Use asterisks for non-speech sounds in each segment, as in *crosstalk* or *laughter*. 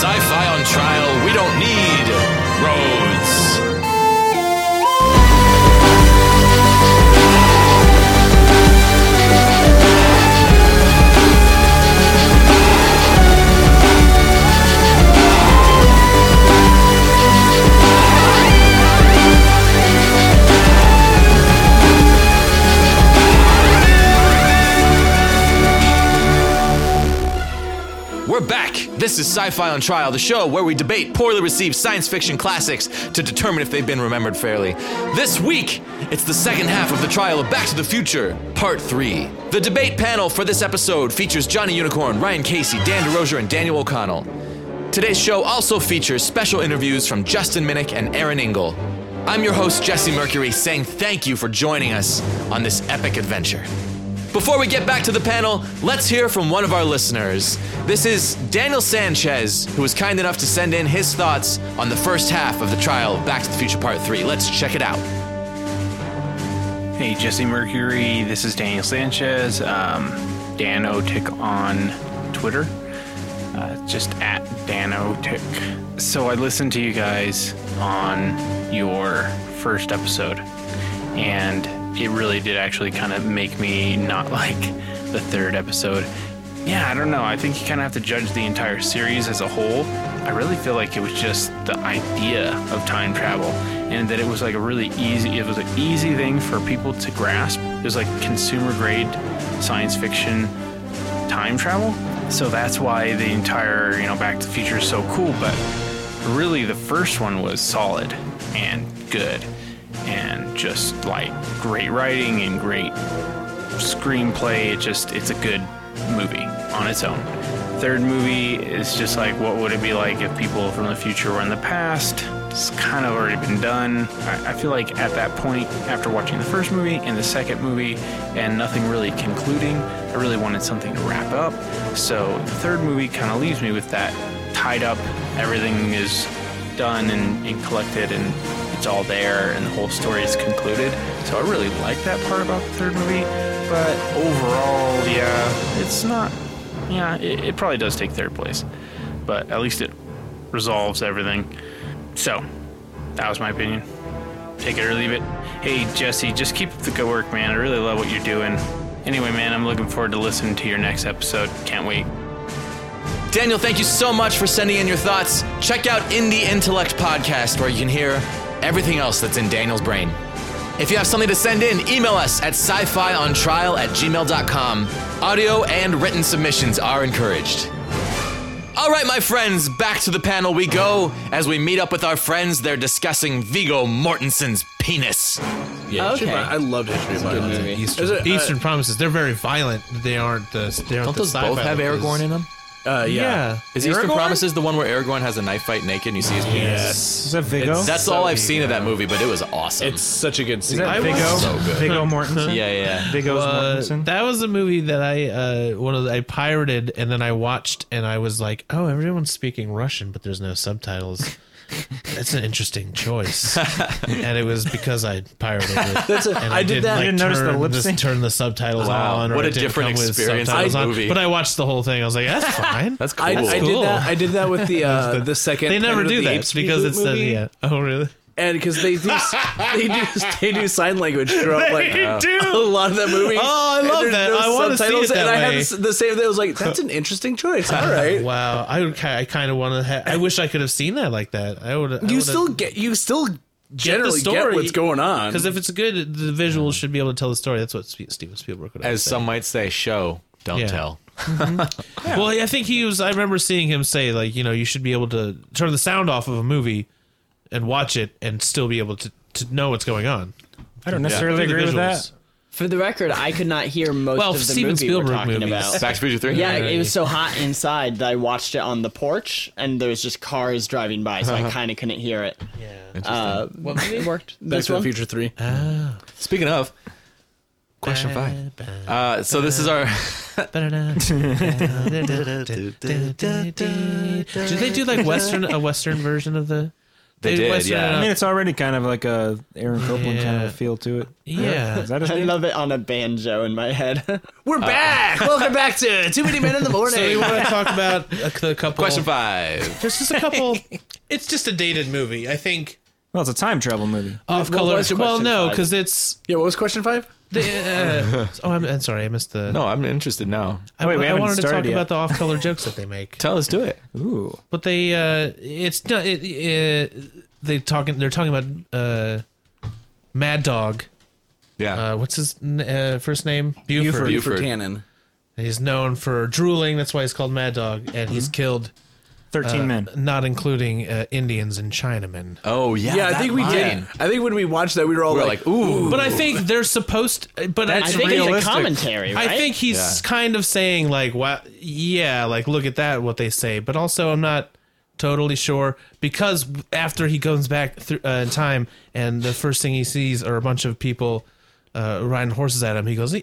on trial. We don't need roads. We're back! This is Sci Fi on Trial, the show where we debate poorly received science fiction classics to determine if they've been remembered fairly. This week, it's the second half of the trial of Back to the Future, Part 3. The debate panel for this episode features Johnny Unicorn, Ryan Casey, Dan DeRozier, and Daniel O'Connell. Today's show also features special interviews from Justin Minnick and Aaron Engel. I'm your host, Jesse Mercury, saying thank you for joining us on this epic adventure. Before we get back to the panel, let's hear from one of our listeners. This is Daniel Sanchez, who was kind enough to send in his thoughts on the first half of the trial of Back to the Future Part 3. Let's check it out. Hey, Jesse Mercury. This is Daniel Sanchez. Um, Dan Otick on Twitter. Uh, just at Dan Otick. So I listened to you guys on your first episode, and it really did actually kind of make me not *laughs* like the third episode. Yeah, I don't know. I think you kind of have to judge the entire series as a whole. I really feel like it was just the idea of time travel and that it was like a really easy it was an easy thing for people to grasp. It was like consumer grade science fiction time travel. So that's why the entire, you know, Back to the Future is so cool, but really the first one was solid and good and just like great writing and great screenplay. It just it's a good movie on its own. Third movie is just like what would it be like if people from the future were in the past? It's kind of already been done. I, I feel like at that point, after watching the first movie and the second movie, and nothing really concluding, I really wanted something to wrap up. So the third movie kind of leaves me with that tied up. Everything is done and, and collected and it's all there and the whole story is concluded. So I really like that part about the third movie. But overall, yeah, it's not. Yeah, it, it probably does take third place. But at least it resolves everything. So that was my opinion. Take it or leave it. Hey, Jesse, just keep up the good work, man. I really love what you're doing. Anyway, man, I'm looking forward to listening to your next episode. Can't wait. Daniel, thank you so much for sending in your thoughts. Check out Indie Intellect Podcast, where you can hear everything else that's in Daniel's brain. If you have something to send in, email us at sci fi on trial at gmail.com. Audio and written submissions are encouraged. All right, my friends, back to the panel we go. As we meet up with our friends, they're discussing Vigo Mortensen's penis. Yeah, Okay. History of Mine- I loved History of Mine. movie. There's a- Eastern Promises. They're very violent. but They aren't the. They aren't Don't the those sci-fi both have ones. Aragorn in them? Uh, uh, Yeah. yeah. Is Eastern Aragorn? Promises the one where Aragorn has a knife fight naked and you see his penis? Yes. Is that Vigo? It's- That's So all I've deep, seen of that movie, but it was awesome. It's such a good Is scene. that was- Vigo? So good. Vigo Mortensen? *laughs* yeah, yeah. yeah. Vigo's Uh, Mortensen? that was a movie that I uh, one of the, I pirated and then I watched and I was like, oh, everyone's speaking Russian, but there's *laughs* no subtitles. That's an interesting choice, and it was because I *laughs* pirated it. That's a- and I did didn't, that. Like, You didn't notice the turn lip this- sync? Turn the subtitles Wow, on. or what a it didn't different come with experience that subtitles on. movie. But I watched the whole thing. I was *laughs* like, that's fine. That's cool. I, I cool. did that. I did that with the uh, the second. *laughs* they never Planet of do the that Apes because reboot it's movie. yeah. Oh really? and because they do *laughs* they do they do sign language throughout Oh. like uh, do. a lot of that movie. Oh, I And love there's that. I wanna see subtitles, it And that I had way. this- the same thing. I was like, that's an interesting choice. All right. *laughs* Wow, I would, ki- I kind of want to. Ha- I wish I could have seen that like that. I would. You still get you still generally get, story. what's going on. because if it's good, the visuals should be able to tell the story. That's what Spe- Steven Spielberg would. As say. some might say, show, don't Yeah. *laughs* tell. Well, I think he was. I remember seeing him say like, you know, you should be able to turn the sound off of a movie and watch it and still be able to to know what's going on. I don't necessarily Through the agree with visuals. that. For the record, I could not hear most Well, of the Steven movie Spielberg we're talking movies. about. Back to Future 3? Yeah, it was so hot inside that I watched it on the porch, and there was just cars driving by, so I kind of couldn't hear it. Yeah. Uh, what movie *laughs* it worked? Back This to the one. Future Three. Ah, Speaking of, question five. *laughs* Uh, so this is our. *laughs* Do they do like western a western version of the They They did, Western uh, yeah. it I mean, up. it's already kind of like a Aaron Copeland kind Yeah. of feel to it. *laughs* Yeah. Is that his I name? love it on a banjo in my head. *laughs* We're back. Welcome back to Too Many Men in the Morning. So we want to talk about *laughs* a, the couple. Question *laughs* five. *laughs* There's just a couple. it's just a dated movie. I think Well, it's a time travel movie. off Oh, color. was well, question no, five? because it's. yeah, what was question five? The, uh, oh, I'm, I'm sorry. I missed the. No, I'm interested now. I, Wait, we I haven't wanted to started talk yet. about the off-color jokes that they make. *laughs* Tell us, do it. Ooh. But they, uh, it's not. It, it, they talking. They're talking about uh, Mad Dog. Yeah. Uh, what's his n- uh, first name? Buford. Buford. For Cannon. He's known for drooling. That's why he's called Mad Dog, and he's killed, uh, 13 men. not including uh, Indians and Chinamen. oh yeah. Yeah, I that think we did. line. I think when we watched that, we were all We We're like, like, ooh. But I think they're supposed. But I I think think it's a realistic. commentary, right? I think he's Yeah. kind of saying like, "Wow, yeah, like look at that, what they say." But also, I'm not totally sure because after he comes back through uh, in time, and the first thing he sees are a bunch of people uh, riding horses at him. He goes,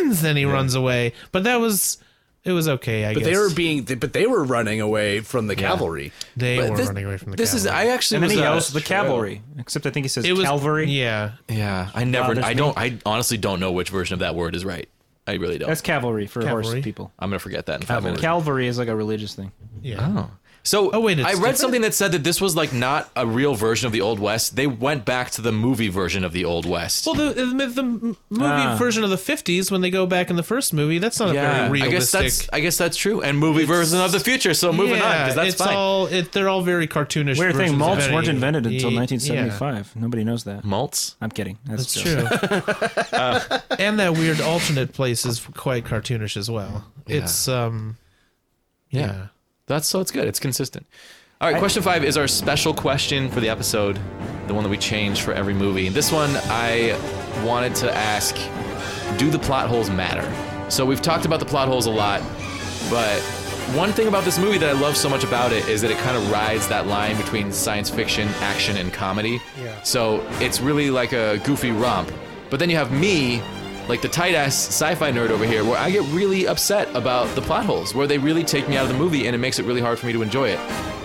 "Indians!" and he runs away. But that was it was okay, I but guess. they were being, but they were running away from the cavalry. They But were this- running away from the. This is. cavalry. I actually. And then was, he uh, yells the cavalry, except I think he says it was cavalry. Yeah, Yeah, I never. there's I don't. I honestly don't know which version of that word is right. I really don't. That's cavalry for Cavalry. horse people. I'm gonna forget that in five minutes. Cavalry is like a religious thing. yeah. So Oh, wait, it's I read different? something that said that this was like not a real version of the Old West. They went back to the movie version of the Old West. Well, the, the, the movie Ah. version of the '50s, when they go back in the first movie, that's not a very I guess realistic. that's I guess that's true. And movie version of the future. So moving on because that's it's fine. all it, they're all very cartoonish. Weird versions thing, of malts any- weren't invented until yeah, 1975. Nobody knows that. Malts. I'm kidding. That's, It's just- *laughs* true, Uh. and that weird alternate place is quite cartoonish as well. It's um, yeah. That's so it's good. It's consistent. All right, question five is our special question for the episode, the one that we change for every movie. This one I wanted to ask: Do the plot holes matter? So we've talked about the plot holes a lot, but one thing about this movie that I love so much about it is that it kind of rides that line between science fiction, action, and comedy. Yeah. So it's really like a goofy romp. But then you have me, like the tight ass sci fi nerd over here, where I get really upset about the plot holes, where they really take me out of the movie and it makes it really hard for me to enjoy it.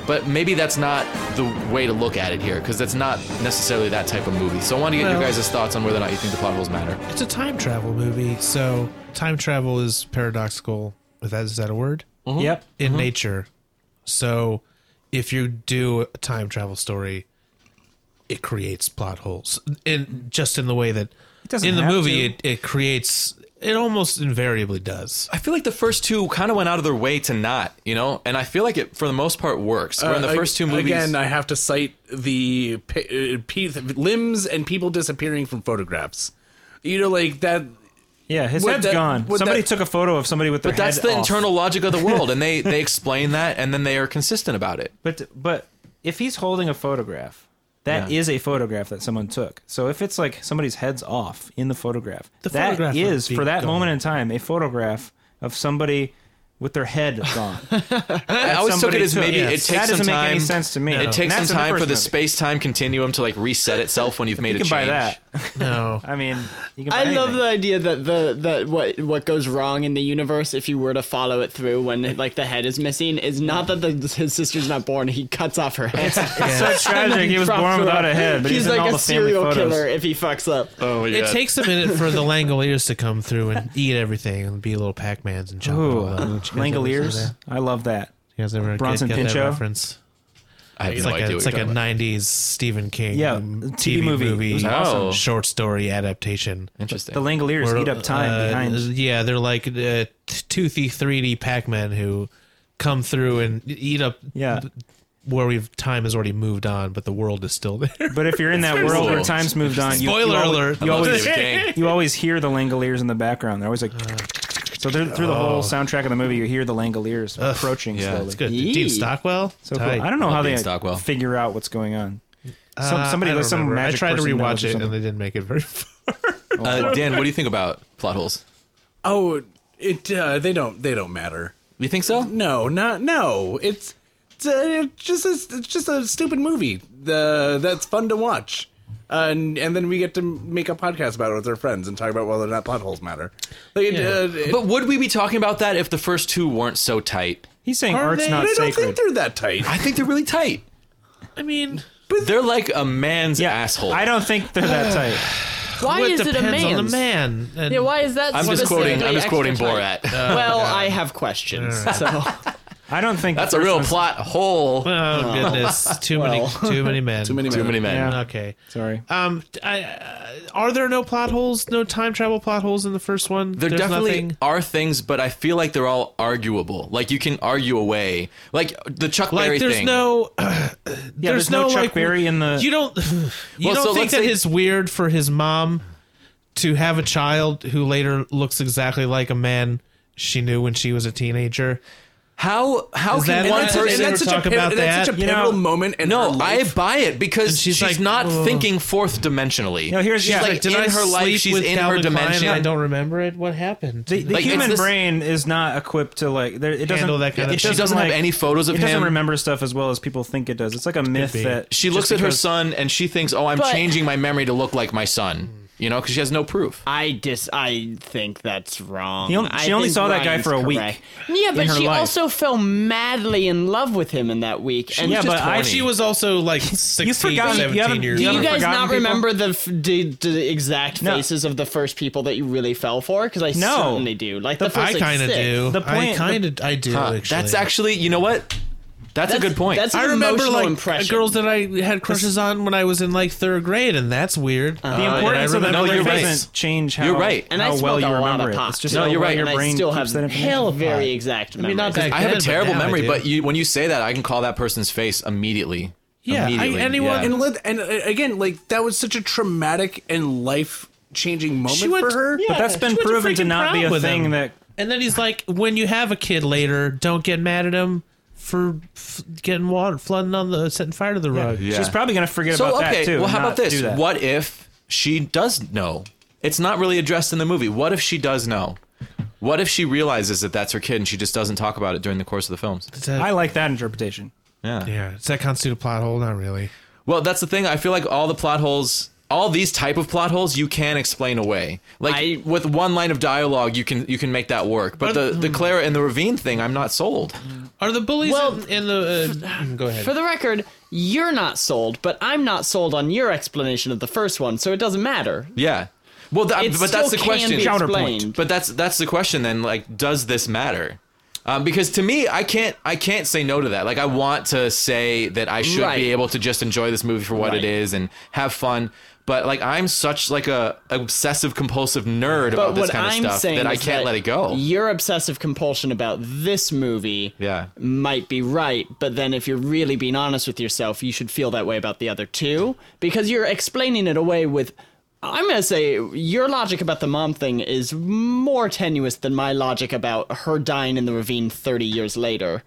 But maybe that's not the way to look at it here, because that's not necessarily that type of movie. So I want to get Well- your guys' thoughts on whether or not you think the plot holes matter. It's a time travel movie, so time travel is paradoxical. If that is that a word Yep. in nature, so if you do a time travel story, it creates plot holes in just in the way that doesn't in the have movie to. it, it creates. It almost invariably does. I feel like the first two kind of went out of their way to not, you know? And I feel like it, for the most part, works. Where in the Uh, first two movies. Again, I have to cite the p- uh, pe- limbs and people disappearing from photographs. You know, like that. Yeah, his Would head's that- gone. would Somebody that- took a photo of somebody with their But that's head the off. internal logic of the world, and they *laughs* they explain that, and then they are consistent about it. But but if he's holding a photograph, that is Yeah. a photograph that someone took. So if it's like somebody's head's off in the photograph, The that photograph would is be for that gone. moment in time a photograph of somebody with their head gone. I always took it somebody as maybe took. it Yes. takes That some doesn't make time. any sense to me. It No. takes some That's in the time for first the movie. space time continuum to like reset itself when you've made you a can change. buy that. No, *laughs* I mean, you can. Buy I love anything. the idea that the that what what goes wrong in the universe if you were to follow it through when like the head is missing is not that the, his sister's not born he cuts off her *laughs* head. *laughs* It's so tragic. He was Props born to without her. a head, but he's, he's in like all a the family serial photos. killer if he fucks up. Oh yeah. It taklangoliers takes a minute for the Langoliers to come through and eat everything and be little Pac-Mans and chop it Ooh, uh, all up. You guys ever see Langoliers. that? I love that. You guys ever get- Bronson get, that Pinchot? reference? I have It's no like idea. a, what it's you're like a talking about. '90s Stephen King Yeah, um, TV TV movie. movie, It was awesome. Oh. short story adaptation. Interesting. The Langoliers Where, eat up time uh, behind. Yeah, they're like uh, toothy 3D Pac-Man who come through and eat up Yeah. where we've time has already moved on, but the world is still *laughs* there. But if you're *laughs* in that world where cool. time's moved on, you, Spoiler you always, alert. You I love always, David King. *laughs* you always hear the Langoliers in the background. They're always like. so through, through the whole soundtrack of the movie, you hear the Langoliers approaching yeah, slowly. it's Good, Yee. Dean Stockwell. So cool. I don't know how Dean they Stockwell. figure out what's going on. Some, Uh, somebody, I don't some remember. magic I tried to person knows rewatch or it and something. they didn't make it very far. Uh, Dan, what do you think about plot holes? Oh, it. Uh, they don't. They don't matter. You think so? No, not no. It's it's, uh, it's just a, it's just a stupid movie. The that's fun to watch. Uh, and and then we get to make a podcast about it with our friends and talk about whether or not plot holes matter. Like, it, uh, it- But would we be talking about that if the first two weren't so tight? He's saying Are art's they? not I don't sacred. think they're that tight. I think they're really tight. I mean, They're like a man's asshole. I don't think they're that tight. well, Why is it a depends on the man's? man. And Yeah, why is that? I'm just quoting. I'm specifically just quoting extra tight? Borat. well, I have questions. So *laughs* I don't think That's the a real first one's- plot hole. Oh *laughs* goodness! Too many, too many men. Too many Too many men. Okay. Sorry. Um, I, uh, are there no plot holes? No time travel plot holes in the first one? There There's definitely nothing. are things, but I feel like they're all arguable. Like you can argue away, like the Chuck Berry Like there's thing. no, *clears throat* Yeah, there's there's, no, no, Chuck like, Berry in the. you don't, *sighs* you Well, so don't think let's that say- it's weird for his mom to have a child who later looks exactly like a man she knew when she was a teenager. how how Is can that- one that's- person? that's- such a talk pivot- about that's such a that. You pivotal moment in her no, I life. buy it because And she's, she's like, not "Whoa." thinking fourth dimensionally. No, here's- she's yeah. like Like, in I her life, sleep she's with in her Calvin Klein and dimension. I don't remember it. What happened? the the Like, it's human this- brain is not equipped to like. There, it doesn't Handle that kind it of- she doesn't, doesn't have like- any photos of It doesn't him. remember stuff as well as people think it does. It's like a myth be. that She looks just at her because- son and she thinks, "Oh, I'm But- changing my memory to look like my son," you know, because she has no proof. I dis. I think that's wrong. He only- I she only think saw that guy Ryan's for a week correct. Yeah, but her she life. also fell madly in love with him in that week. and Yeah, just- but I. horny. She was also like 16, forgotten- you 17 haven't- years do you old. you haven't guys forgotten not people? remember the, f- the, the exact No. faces of the first people that you really fell for? Because I No. certainly do. Like the, I first, like, kind of six. do. The I point- kind of I do. Huh, actually. that's actually, you know what? That's, a good point. That's an I remember emotional like impression. girls that I had crushes on when I was in like third grade, and that's weird. Uh, The importance of the remember- number No, you're right. doesn't change how, You're right. and how I smoked well a you lot remember of it. pot. It's just No, how you're well right. your and I brain still keeps have that information. hell of very exact memories. not back I have then, a but terrible now I memory, do. but you, when you say that, I can call that person's face immediately. Yeah, I- Immediately, anyone- yeah. and let, and uh, again, like that was such a traumatic and life changing moment She went- for her. But that's Yeah, been she went to proven to freaking not be prom a with thing him. that. and then he's like, "When you have a kid later, don't get mad at him for f- getting water flooding on the setting fire to the rug." She's probably going to forget so about okay, that too. well, how and about not this? do that. What if she does know? It's not really addressed in the movie. What if she does know? What if she realizes that that's her kid and she just doesn't talk about it during the course of the films? Does that- I like that interpretation. Yeah. yeah, does that constitute a plot hole? Not really. Well, that's the thing. I feel like all the plot holes, all these type of plot holes, you can explain away. Like I- with one line of dialogue, you can you can make that work. But the the Clara and the Ravine thing, I'm not sold. Are the bullies Well, in, in the? Uh, go ahead. For the record, you're not sold, but I'm not sold on your explanation of the first one, so it doesn't matter. Yeah. Well, that, It but that's the still question. Can be Counterpoint. explained. But that's that's the question then. Like, does this matter? Um, because to me, I can't I can't say no to that. Like, I want to say that I should Right. be able to just enjoy this movie for what Right. it is and have fun. But like, I'm such like a obsessive compulsive nerd about But this what kind of I'm stuff saying that I is can't that let it go. Your obsessive compulsion about this movie Yeah. might be right, but then if you're really being honest with yourself, you should feel that way about the other two because you're explaining it away with. I'm gonna say your logic about the mom thing is more tenuous than my logic about her dying in the ravine 30 years later.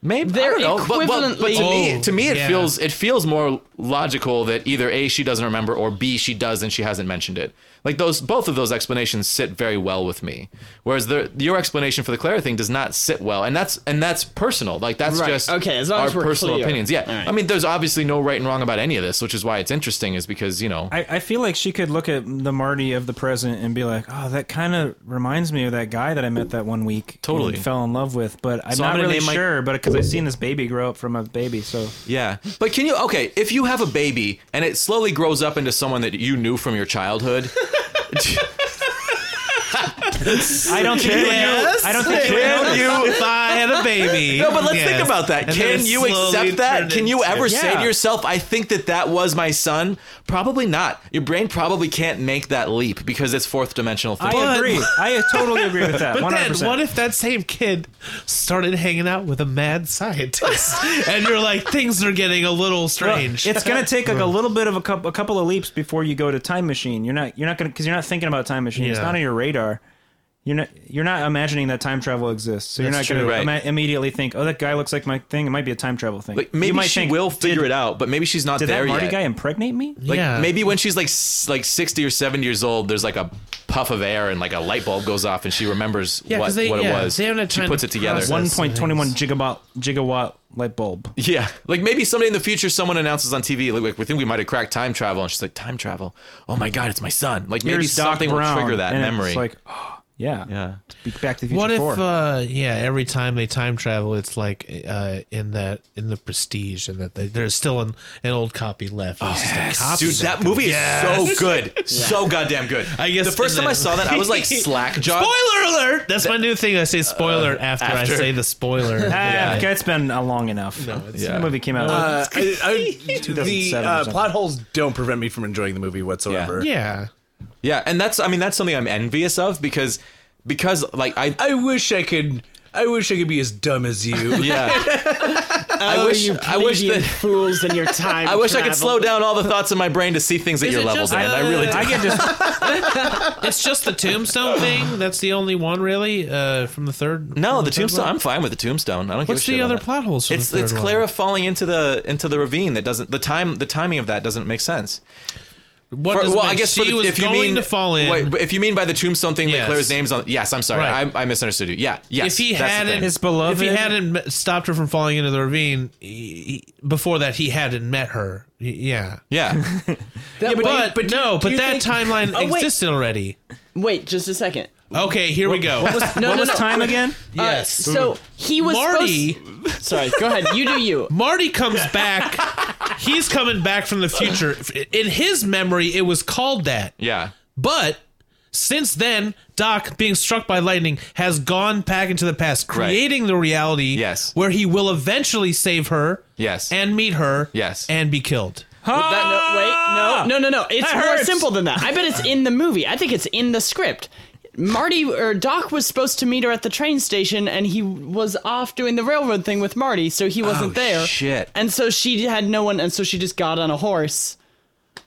Maybe They're I don't know. But, well, but to me, equivalently- to me, it Yeah. feels it feels more logical that either a she doesn't remember or b she does and she hasn't mentioned it. Like those, both of those explanations sit very well with me. Whereas the your explanation for the Clara thing does not sit well, and that's and that's personal. Like that's Right. just Okay, as long our as we're personal clear. opinions. Yeah, All right. I mean, there's obviously no right and wrong about any of this, which is why it's interesting. Is because you know, I, I feel like she could look at the Marty of the present and be like, "Oh, that kind of reminds me of that guy that I met that one week. Totally. and fell in love with." But I'm So I'm not gonna really name my- sure. But because I've seen this baby grow up from a baby, so Yeah. But can you okay, if you have a baby and it slowly grows up into someone that you knew from your childhood. *laughs* I don't think. Yes. I don't think. you would notice. if I had a baby? No, but let's Yes. think about that. And then Can it you slowly accept that? turned Can you into- ever say to Yeah. yourself, I think that that was my son? Probably not. Your brain probably can't make that leap because it's fourth dimensional thinking. I agree. I totally agree with *laughs* that. But 100%. then, what if that same kid started hanging out with a mad scientist, and you're like, things are getting a little strange. It's *laughs* gonna take like a little bit of a couple, a couple of leaps before you go to time machine. You're not you're not gonna because you're not thinking about time machine. It's Yeah. not on your radar. You're not you're not imagining that time travel exists. So That's you're not true. gonna Right. ima- immediately think, oh, that guy looks like my thing. It might be a time travel thing. like, you maybe might she think, will figure it out, but maybe she's not Did there that Marty yet. guy impregnate me? like Yeah. maybe when she's like s- like 60 or 70 years old, there's like a puff of air and like a light bulb goes off and she remembers Yeah, what, 'cause they- what yeah, it was. they haven't had she time puts to it together. process. One point twenty one gigawatt gigawatt light bulb. Yeah, like maybe someday in the future, someone announces on TV, like, like we think we might have cracked time travel, and she's like, time travel. Oh my god, it's my son. Like maybe Here's Doc something will Brown, trigger that and memory. It's like, *gasps* oh, Yeah. Yeah. Be- Back to the Future *laughs* What if, 4. uh, yeah, every time they time travel, it's like uh, in that in the Prestige, and that they, there's still an, an old copy left. It's just a copy Oh, Dude, that movie is so good, so goddamn good. I guess the first and time I then- saw that, I was like slack jawed. Spoiler alert! That's my new thing. I say spoiler after, I Uh, after. say the spoiler. Ah, *laughs* Yeah. okay, it's been uh, long enough. No, it's- Yeah. The movie came out. *laughs* Uh, I, I, the 2007 or uh, something. plot holes don't prevent me from enjoying the movie whatsoever. yeah. Yeah, and that's I mean that's something I'm envious of because because like I I wish I could. I wish I could be as dumb as you. yeah I wish Oh, you I wish *laughs* plebeian that fools in your time. I wish I could slow travel. down all the thoughts in my brain to see things at Is your it level, just, Dan. I really uh, do. I get just It's just the tombstone thing. That's the only one, really, uh, from the third. No, from the third tombstone. one? I'm fine with the tombstone. I don't. give What's a shit the on other that. plot holes? From It's the third it's one? Clara falling into the into the ravine. That doesn't the time the timing of that doesn't make sense. What For- does it well, make- I guess she for the, was if you going mean to fall in. Wait, but if you mean by the tombstone thing that Yes. Clara's name's on. Yes, I'm sorry. Right. I, I misunderstood you. Yeah. Yes. if he that's the hadn't thing. His beloved- if he hadn't met- stopped her from falling into the ravine he, he- before that, he hadn't met her. Y- Yeah. Yeah. but, but do- no, do but you that think- timeline Oh, wait. existed already. Wait, just a second. Okay, here we go. No, what no, was no. time *laughs* again? Uh, *laughs* yes. so he was Marty supposed- Sorry, go ahead. You do you. Marty comes back. He's coming back from the future. In his memory, it was called that. yeah. But since then, Doc, being struck by lightning, has gone back into the past, Right. creating the reality Yes. where he will eventually save her Yes. and meet her Yes. and be killed. Oh, Would that- Ah! no, wait, no, no, no, no. It's That more hurts. simple than that. I bet it's in the movie. I think it's in the script. Marty or Doc was supposed to meet her at the train station, and he was off doing the railroad thing with Marty, so he Oh, wasn't there. shit. And so she had no one, and so she just got on a horse.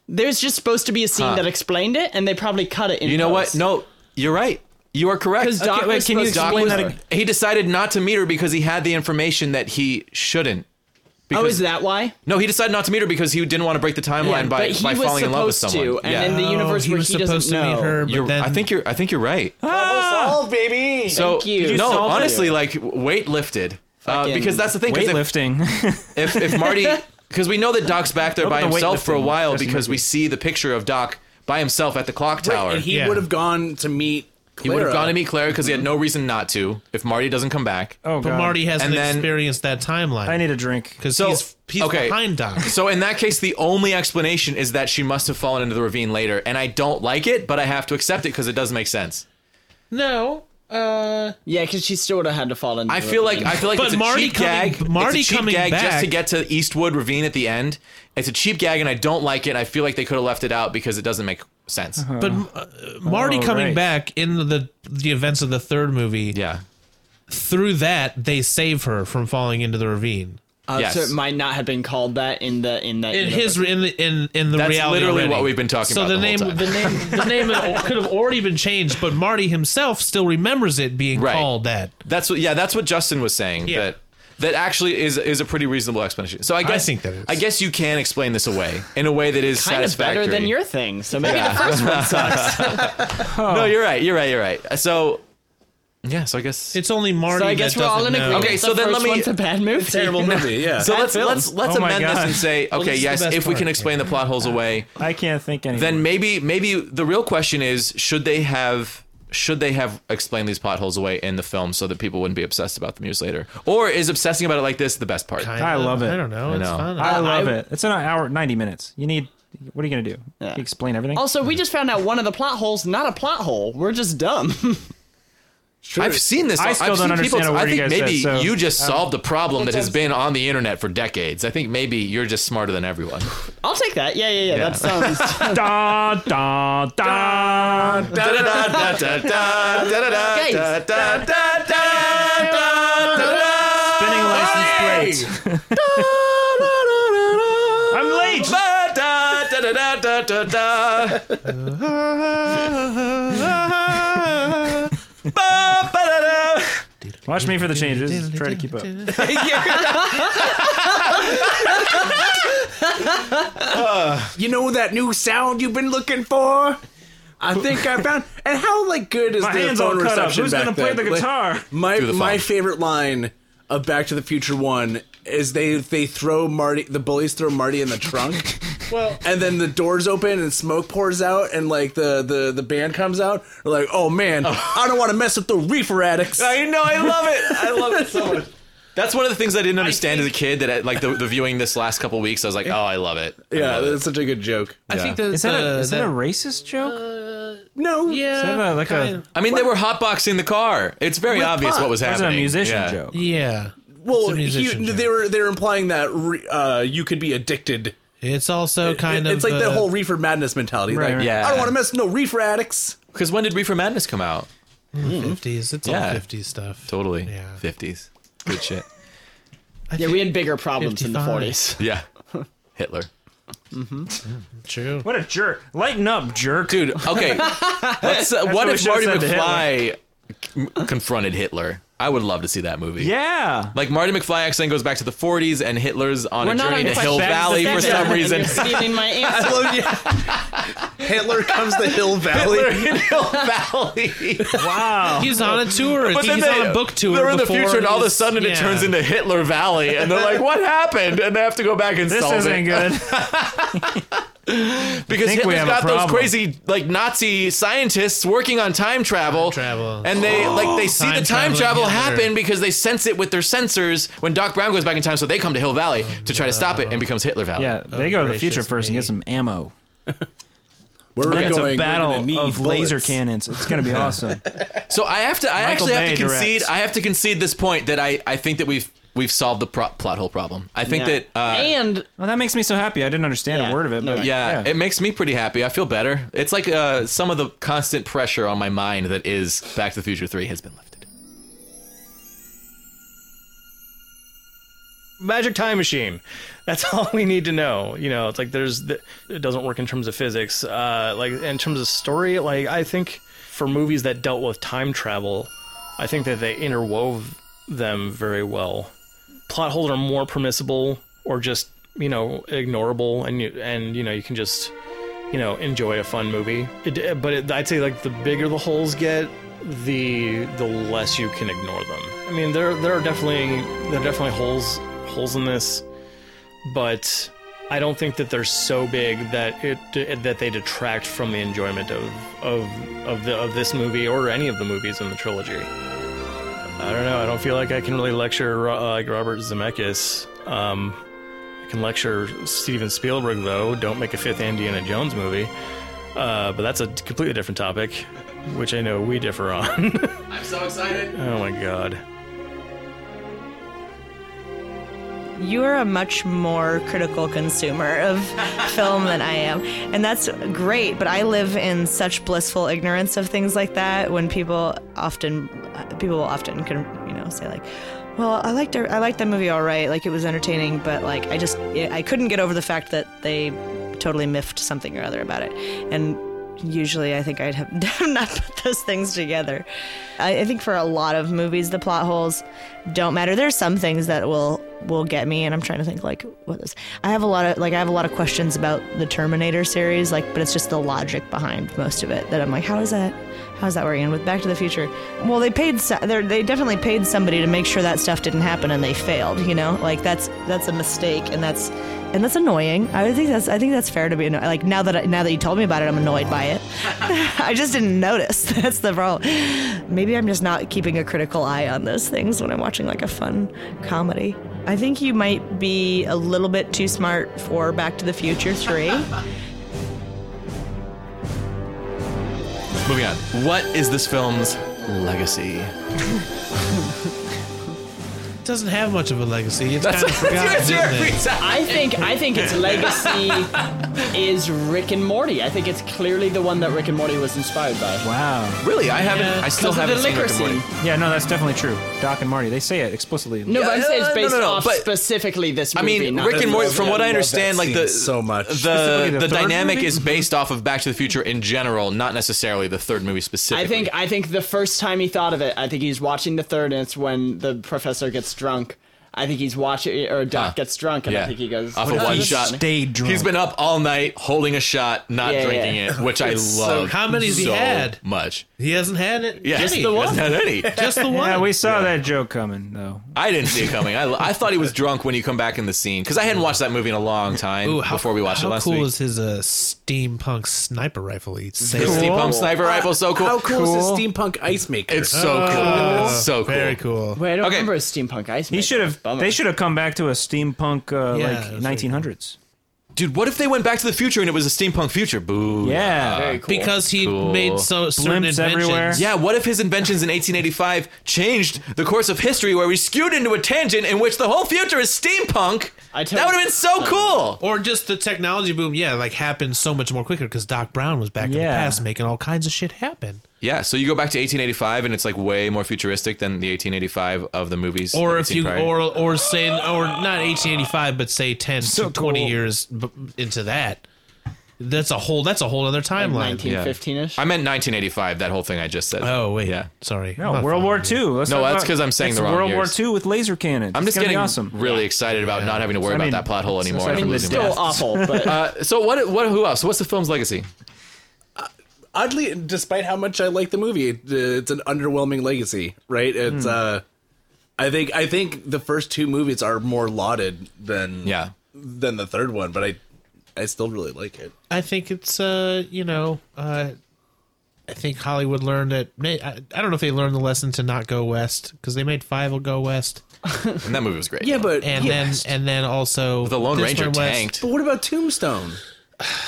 There's just supposed to be a scene that explained it, and they probably cut it. in You know what? post. No, you're right. You are correct. 'Cause Doc was can you supposed to Doc meet was- her. that ag- He decided not to meet her because he had the information that he shouldn't. Oh, Because- is that why? No, he decided not to meet her because he didn't want to break the timeline by, but he by was falling in love with supposed someone. to, and yeah. in the universe he where was he doesn't supposed to know. meet her, but You're- then I think you're. I think you're right. baby. So Thank you. no, Solved it. honestly, like weight lifted uh, Fucking because that's the thing. 'cause if- Weightlifting. if, if Marty, because we know that Doc's back there by Welcome to himself for a weightlifting, while Justin because we Murphy. see the picture of Doc by himself at the clock tower. And he Yeah. would have gone to meet. Clara. he would have gone to meet Clara because he had no reason not to. If Marty doesn't come back, *laughs* oh, But God. Marty hasn't And then- experienced that I timeline need a drink. because So, he's, he's okay. behind Doc. so in that case, the only explanation is that she must have fallen into the ravine later, and I don't like it, but I have to accept it because it does make sense. No. Uh, yeah, because she still would have had to fall into. I the feel like ravine. I feel like But it's a Marty cheap coming- gag. Marty it's a cheap coming gag just back- to get to Eastwood Ravine at the end. It's a cheap gag, and I don't like it. I feel like they could have left it out because it doesn't make sense. Uh-huh. but uh, Marty Oh, coming right. back in the the events of the third movie. Yeah, Through that, they save her from falling into the ravine. Uh, Yes. So it might not have been called that in the in that in universe. his in the in, in the That's reality literally already. what we've been talking so about the the, whole name, the name the name *laughs* could have already been changed but marty himself still remembers it being Right. called that that's what. Yeah, that's what Justin was saying. Yeah. That that actually is is a pretty reasonable explanation. So I guess think that is. I guess you can explain this away in a way that is kind of satisfactory. better than your thing. So maybe the first one sucks. No, you're right. You're right. You're right. So yeah. So I guess. it's only marty *laughs* So I that guess we're all doesn't in know. agreement. Okay, the so then first let me- One's a bad movie. Terrible movie. *laughs* Yeah. so let's, let's let's Oh my amend this God. and say okay, this is the yes, best if we part, can explain the plot holes away, I can't think anymore. then maybe maybe the real question is should they have should they have explained these plot holes away in the film so that people wouldn't be obsessed about them years later? Or is obsessing about it like this the best part? Kind I of. love it. i don't I know it's know. fun I Uh, love I- it. It's an hour, 90 minutes. You need, what are you going to do? Yeah. You explain everything? *laughs* Also, we just found out one of the plot holes not a plot hole. We're just dumb. *laughs* I've seen this. I still I've don't seen people- understand a I word think you guys maybe said, so- you just solved a problem that has been on the internet for decades. I think maybe you're just smarter than everyone. I'll take that. Yeah, yeah, yeah. Yeah. That sounds. da, da, *laughs* da. Spinning *laughs* license plates. I'm late. Watch me for the changes. Try to keep Uh, up. You know that new sound you've been looking for? I think I found. And how like good is My the hands all phone cut up. reception Who's back gonna play then? the Like, guitar? my Do the my phone. favorite line *laughs* of Back to the Future One is they they throw Marty the bullies throw Marty in the trunk. and then the doors open and smoke pours out and like the the the band comes out. We're like, oh man, I don't want to mess with the reefer addicts. I know, I love it. I love it so much. That's one of the things I didn't understand as a kid. That I, like the, the viewing this last couple weeks, I was like, oh, I love it. I yeah, love it. that's such a good joke. I think that Is that, uh, a, is that a racist joke? No, *laughs* yeah, that a- uh, like a- kind- I mean, they were hotboxing the car. It's very obvious pot. what was Or is it happening. a musician Yeah. joke? yeah. Well, It's a musician he, joke. they were they were implying that re, uh, you could be addicted. It's also kind It- of it's like the uh, whole reefer madness mentality. Right, like, right. Yeah. I don't want to mess with no reefer addicts. Because when did Reefer Madness come out? 50s. It's Yeah. all 50s stuff. Totally. Yeah. 50s. Good shit. Yeah, we had bigger problems in the 55. 40s. *laughs* Yeah. Hitler. True. What a jerk! Lighten up, jerk! Dude, *laughs* okay. Let's, uh, what what if we should've Marty said to McFly c- confronted Hitler? I would love to see that movie. Yeah. Like Marty McFly accidentally goes back to the 40s and Hitler's on We're a not journey on to Hill question- Valley for That's it. some And reason. *laughs* You're *laughs* *laughs* stealing my answer. Hitler comes to *laughs* Hill Valley. Wow. He's on *laughs* a tour. But then he's they, on a book tour. They're in the before future, and all of a he's- sudden it yeah. turns into Hitler Valley, and they're like, "What happened?" And they have to go back and this solve isn't it *laughs* good. because think we Hitler's got have a those problem. crazy like Nazi scientists working on time travel. travel. And *gasps* they like they see Time the time traveling travel Hitler. happen because they sense it with their sensors when Doc Brown goes back in time, so they come to Hill Valley to try to stop it and becomes Hitler Valley. Yeah, they go to the gracious future first and me. get some ammo. We're It's a going battle we're gonna need of laser bullets. cannons. It's gonna be awesome. So I have to. I Michael actually have Bay to concede. directs. I have to concede this point that I, I think that we've we've solved the pro- plot hole problem. I think that. Uh, and well, Oh, that makes me so happy. I didn't understand Yeah, a word of it, no, but Yeah, it makes me pretty happy. I feel better. It's like uh, some of the constant pressure on my mind that is Back to the Future 3 has been lifted. magic time machine. That's *laughs* all we need to know. You know, it's like there's the, it doesn't work in terms of physics. Uh, like in terms of story, like I think for movies that dealt with time travel, I think that they interwove them very well. Plot holes are more permissible or just you know ignorable, and you and you know you can just you know enjoy a fun movie. It, but it, I'd say like the bigger the holes get, the the less you can ignore them. I mean, there there are definitely there are definitely holes holes in this, but I don't think that they're so big that it that they detract from the enjoyment of of of the of this movie or any of the movies in the trilogy. I don't know. I don't feel like I can really lecture uh, like Robert Zemeckis. Um, I can lecture Steven Spielberg though. Don't make a fifth Indiana Jones movie. Uh, but that's a completely different topic, which I know we differ on. *laughs* I'm so excited. oh my god. you are a much more critical consumer of film than I am. And that's great, but I live in such blissful ignorance of things like that when people often uh, people will often can, you know, say like, "Well, I liked her, I liked that movie all right. Like it was entertaining, but like I just I couldn't get over the fact that they totally miffed something or other about it." And usually I think I'd have *laughs* not put those things together. I, I think for a lot of movies, the plot holes don't matter. There's some things that will will get me, and I'm trying to think like what is. I have a lot of like I have a lot of questions about the Terminator series, like, but it's just the logic behind most of it that I'm like, how is that? How is that working? And with Back to the Future, well, they paid so- they're- they definitely paid somebody to make sure that stuff didn't happen, and they failed. You know, like that's that's a mistake, and that's and that's annoying. I think that's I think that's fair to be annoyed. Like now that I, now that you told me about it, I'm annoyed by it. *laughs* I just didn't notice. *laughs* That's the problem. Maybe I'm just not keeping a critical eye on those things when I'm watching like a fun comedy. I think you might be a little bit too smart for Back to the Future 3. Moving on. What is this film's legacy? It doesn't have much of a *laughs* legacy. *laughs* It's kind of forgotten. isn't it? I think I think its legacy is Rick and Morty. I think it's clearly the one that Rick and Morty was inspired by. wow. Really? I haven't. Yeah, I still 'cause of haven't the seen liquor Rick and Morty. scene. Yeah, no, that's definitely true. Doc and Marty, they say it explicitly. No, but I'm Yeah, saying uh, it's based no, no, no, off but- specifically this I movie. mean, not Rick the and Morty. movie. From what I understand, like the scene so much. the Specifically the, the third dynamic movie? is based off of Back to the Future in general, not necessarily the third movie specifically. I think I think the first time he thought of it, I think he's watching the third, and it's when the professor gets drunk. I think he's watching, or Doc Huh. gets drunk, and I Ah, Yeah. think he goes Off a "Oh, one that's shot. funny." Stay drunk. He's been up all night holding a shot, not Yeah, drinking yeah. it, which I so- love. How many's he so had? Much. He hasn't had it. Yeah, Jimmy. he hasn't had any. Just the *laughs* one. Yeah, we saw that joke coming though. I didn't see it coming. I, I thought he was drunk when you come back in the scene because I hadn't watched that movie in a long time Ooh, how, before we watched how it last cool week. is his uh, steampunk sniper rifle? He The saves steampunk sniper rifle so cool. How cool, is this steampunk ice maker? It's so cool. it's so cool. Very cool. Wait, I don't Okay. remember a steampunk ice. He should have. They should have come back to a steampunk uh, Yeah, that's like really 1900s. Dude, what if they went back to the future and it was a steampunk future? Boo. Ah, Yeah. Very cool. Because he Cool. made so certain Blimps inventions. everywhere. Yeah, what if his inventions in 1885 changed the course of history where we skewed into a tangent in which the whole future is steampunk? I tell that would have you- been so cool. Or just the technology boom, yeah, like happened so much more quicker because Doc Brown was back in the Yeah. past making all kinds of shit happen. Yeah, so you go back to 1885 and it's like way more futuristic than the 1885 of the movies. that Or we've if seen you, prior. or or say, or not 1885, but say 10 to 20 years b- into that, that's a whole that's a whole other timeline. Yeah. 1915ish. I meant 1985, that whole thing I just said. oh wait, Yeah. sorry. No, Not World following War you. II. Let's No, talk that's about- 'cause I'm saying it's the wrong World years. War II with laser cannons. I'm It's just gonna getting be awesome. really excited about not having to worry I about mean, that plot hole anymore. aside if from I'm the losing Still my- awful, *laughs* but Uh, so what? What? Who else? What's the film's legacy? oddly, despite how much I like the movie, it, it's an underwhelming legacy, right? It's uh, I think I think the first two movies are more lauded than Yeah. than the third one, but I I still really like it. I think it's uh you know uh I think Hollywood learned that may, I, I don't know if they learned the lesson to not go west because they made five will go west And that movie was great. Yeah, but and then and then also the Lone this Ranger one west. tanked. but what about Tombstone?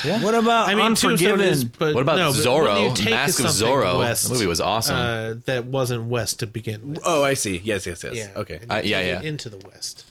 What about I mean, Tombstone Unforgiven? is, but What about no, but when you Zorro? take Mask of something Zorro. West, That movie was awesome. Uh, that wasn't west to begin with. Oh, I see. Yes, yes, yes. Okay. and Uh, you yeah, take yeah. it Into the west.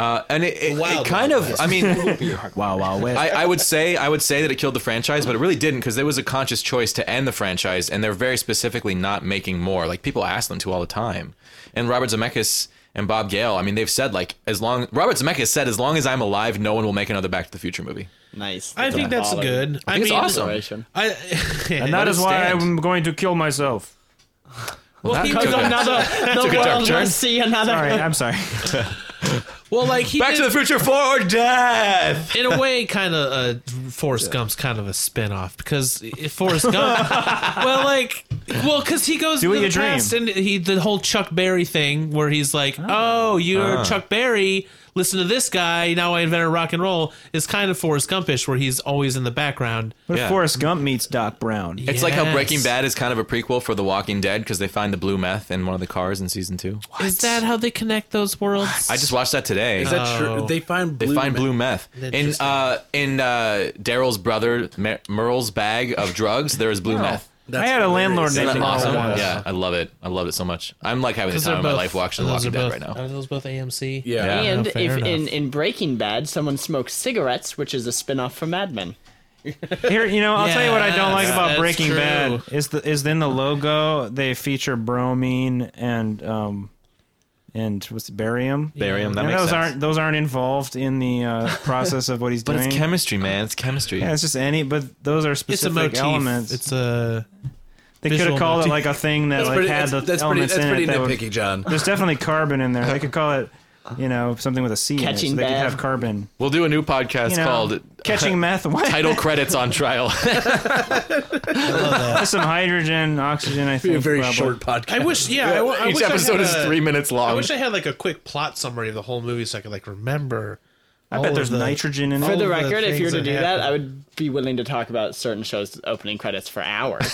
and it, it, Wild it kind *laughs* Wild of. West. I mean, wow, wow, west. I, I would say I would say that it killed the franchise, but it really didn't because there was a conscious choice to end the franchise, and they're very specifically not making more. Like people ask them to all the time, and Robert Zemeckis and Bob Gale. I mean, they've said like as long Robert Zemeckis said as long as I'm alive, no one will make another Back to the Future movie. nice. I think that's Baller. good. I, think it's mean, awesome. I, *laughs* and *laughs* that is why stand. I'm going to kill myself. Well, that he took was a- Another, took a the dark world turn. will see another. All right, I'm sorry. well, like he Back did, to the Future Four or Death. in a way, kind of uh, Forrest Gump's kind of a spin-off because if Forrest *laughs* Gump, well, like, well, because he goes Do what into you the past and he the whole Chuck Berry thing where he's like, oh, you're Ah. Chuck Berry. Listen to this guy. Now I invented rock and roll. Is kind of Forrest Gumpish, where he's always in the background. But *laughs* Yeah. Forrest Gump meets Doc Brown. It's like how Yes. Breaking Bad is kind of a prequel for The Walking Dead because they find the blue meth in one of the cars in season two. Is that how they connect those worlds? I just watched that today. Is that true? They find They blue find men. blue meth in Interesting. uh, in uh, Daryl's brother Mer- Merle's bag of drugs. There is blue meth. I had a landlord hilarious. Isn't named that Amazing. awesome? Merle. Yeah, I love it. I love it so much. I'm like having the time of my life watching The those Walking are Dead right both- now. Are those both AMC? Yeah. Yeah. And Oh, if fair in, enough. in Breaking Bad, someone smokes cigarettes, which is a spin off from Mad Men. Here, you know, I'll tell you what I don't like Yes, about that's Breaking true. Bad is the is then the logo they feature bromine and um and what's it, barium. Barium. That and makes those sense. aren't those aren't involved in the uh, process of what he's but doing. it's chemistry, man. It's chemistry. yeah, it's just any, but those are It's a specific motif. elements. It's uh, a they could have visual called motif. it like a thing that That's like pretty, had that's, the that's pretty, elements that's pretty in it. that would- nitpicky, John. there's definitely carbon in there. They could call it, you know, something with a C. Catching in it, so they Bad. could have carbon. We'll do a new podcast You know, called *laughs* catching meth. *laughs* What? Title Credits on Trial. That's some hydrogen, oxygen. I think A very probably. short podcast. I wish. Yeah. I, *laughs* I Each wish I episode had is a- three minutes long. I wish I had like a quick plot summary of the whole movie so I could like remember. I bet there's nitrogen in all For it. the the record, if you were to things do that that, happened. I would be willing to talk about certain shows' opening credits for hours.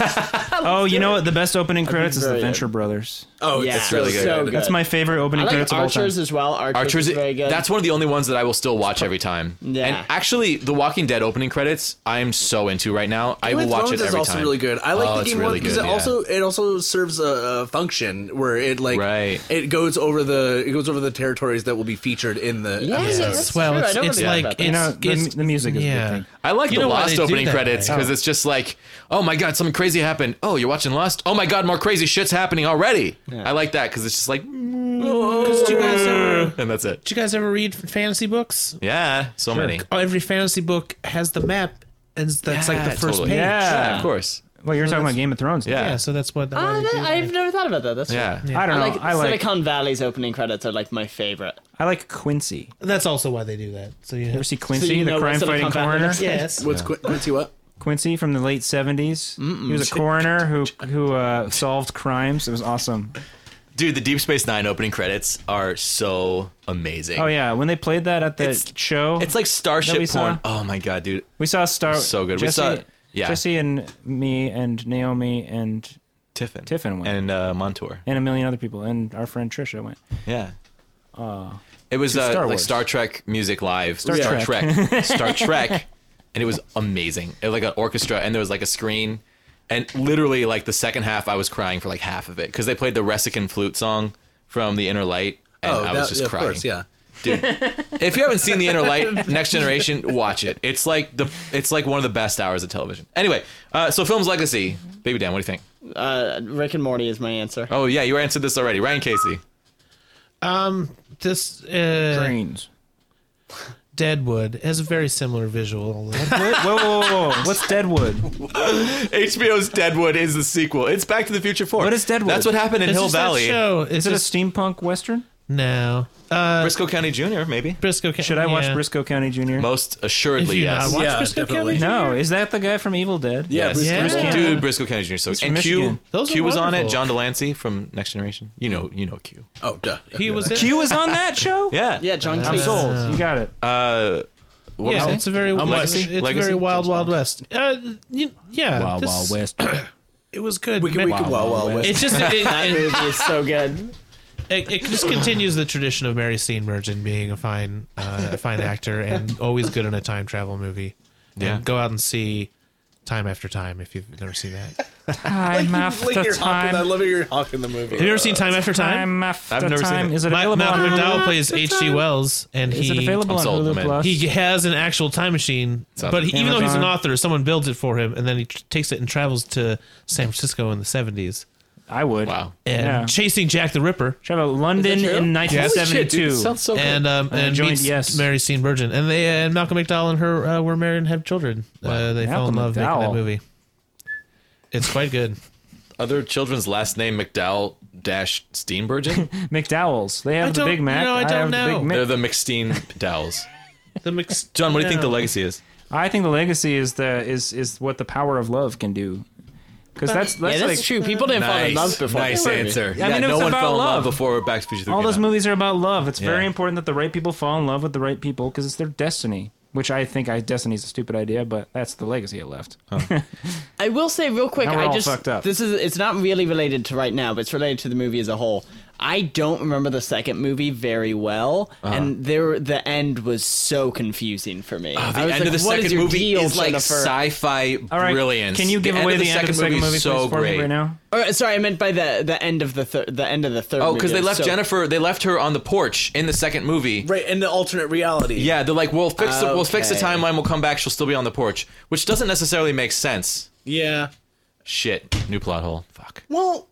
Oh, you know what? The best opening credits is the brilliant. Venture Brothers. oh, yeah, it's really really good. good. So good. That's my favorite I opening like credits of all time. Archers as well. Archers, Archer's is very good. That's one of the only ones that I will still watch every time. Yeah. And actually, The Walking Dead opening credits, I am so into right now. I will Game of watch Thrones it is every also time. really good. I like Oh, the it's game really one because good, it yeah. also it also serves a, a function where it like Right. it goes over the it goes over the territories that will be featured in the. Yeah, yeah, that's well, true. I it's, don't it's really know like about that. it's, You know, the, it's- the music is a yeah. good thing. I like You the know why Lost they do opening that, credits right? because it's just like, oh my god, something crazy happened. Oh, you're watching Lost. Oh my god, more crazy shit's happening already. I like that because it's just like, *laughs* and Do you guys ever? that's it. Do you guys ever read fantasy books? Uh, Yeah, so many. Every fantasy book has the map, and that's like Yeah, the first totally. page. Yeah, Yeah. of course. Well, you're talking about Game of Thrones. now. Yeah. Yeah, so that's what. Ah, that- I've never thought about that. That's Yeah. Yeah. I don't I know. like, I like Silicon Valley's opening credits are like my favorite. I like Quincy. That's also why they do that. So you You ever have, see Quincy, you know what the crime fighting Silicon Valley coroner? looks like? yes, What's Qu- Quincy? What? Quincy from the late 70s. He was a coroner who who uh, solved crimes. It was awesome. Dude, the Deep Space Nine opening credits are so amazing. Oh yeah, when they played that at the It's- show, It's like starship That we porn. saw? Oh my god, dude. we saw Star. so good. We Jesse, saw- yeah. Jesse and me and Naomi and Tiffin. Tiffin went. And uh, Montour. and a million other people and our friend Trisha went. Yeah. it was to uh, Star like Wars. Star Trek music live. Star, Trek. Trek. *laughs* Star Trek. And it was amazing. It was like an orchestra, and there was like a screen. And literally, like the second half, I was crying for like half of it because they played the Resican flute song from The Inner Light, and Oh, I that, was just of crying. course, yeah. dude. if you haven't seen The Inner *laughs* Light, Next Generation, watch it. It's like the it's like one of the best hours of television. Anyway, uh, so films legacy, Baby Dan, what do you think? Uh, Rick and Morty is my answer. Oh yeah, you answered this already, Ryan Casey. this uh, Brains. Deadwood has a very similar visual. Whoa, whoa, whoa, whoa! *laughs* What's Deadwood? HBO's Deadwood is the sequel. It's Back to the Future Four. What is Deadwood? That's what happened in It's Hill just that Valley. Show. It's Is it a just, steampunk western? no. Uh, Briscoe County Jr. Maybe Briscoe. Ca- Should I watch yeah. Briscoe County Jr.? most If assuredly you yes. not watch Yeah, Briscoe definitely. County? No, is that the guy from Evil Dead? Yeah, Yes. Yeah. Briscoe. Dude, Briscoe County Jr. So from and Q, Michigan. Those Q are was on it. wonderful. John Delancey from Next Generation. You know, you know Q. Oh, duh. He was. in- Q was on that show. *laughs* Yeah, Yeah, John I'm Cleese. sold. You got it. Uh, what Yeah, was it? it's a very Legacy? It's, it's Legacy? very wild, wild west. Uh, y- yeah, this- West. *clears throat* It was good. We can, we Man, can, well, well, well. It's just it, That *laughs* it, *laughs* movie is so good. it, it just continues the tradition of Mary Steenburgen being a fine, uh, a fine actor and always good in a time travel movie. And Yeah. go out and see time after time if you've never seen that. Have *laughs* Time Like after you're Hawking, I time. love it. You're Hawking the movie. you ever seen Time After Time? Uh, Time after I've never seen time. it. Is it Ma- available? Malcolm on McDowell plays H. G. Wells, and Is he it available I'm on sold, I'm Hulu in. Plus? he has an actual time machine, on but he, even though he's an Amazon. author, someone builds it for him, and then he tr- takes it and travels to San Francisco in the seventies I would. Wow. and Yeah. chasing Jack the Ripper. Should have a London Is that true? in Holy shit, dude, 1972. it sounds so good. and um I and joined meets Yes. Mary Steenburgen, and they and Malcolm McDowell and her uh, were married and have children. Uh, they fell in Malcolm love making McDowell. that movie. It's quite good. Other children's last name McDowell dash *laughs* Steenburgen. McDowell's. They I have the don't- Big Mac. you know, I don't have the know. Big Mac. They're the McSteen Dowells. The mix- John, what do you think the legacy is? I think the legacy is the is is what the power of love can do. Because that's yeah, that's that's like true. People didn't fall in love before. nice They were- answer. I yeah, mean, it no was one about fell in love love. before Back to the Future 3 all came those out. movies are about love. It's very Yeah. important that the right people fall in love with the right people because it's their destiny. Which I think I destiny's a stupid idea, but that's the legacy it left. I will say real quick. Now we're I all just fucked up. this is it's not really related to right now, but it's related to the movie as a whole. I don't remember the second movie very well, and there the end was so confusing for me. The I was end like, of the "What is second your movie deal, is like Jennifer?" sci-fi All right, brilliance. Can you give away the, end of the second movie, is so please, for great me right now? Or, sorry, I meant by the the end of the thir- the end of the third. Oh, because movie. they left So- Jennifer. They left her on the porch in the second movie. Right, in the alternate reality. Yeah, they're like, we'll fix the, we'll fix the Okay. timeline. We'll come back. She'll still be on the porch, which doesn't necessarily make sense. Yeah. Shit, new plot hole. Fuck. Well,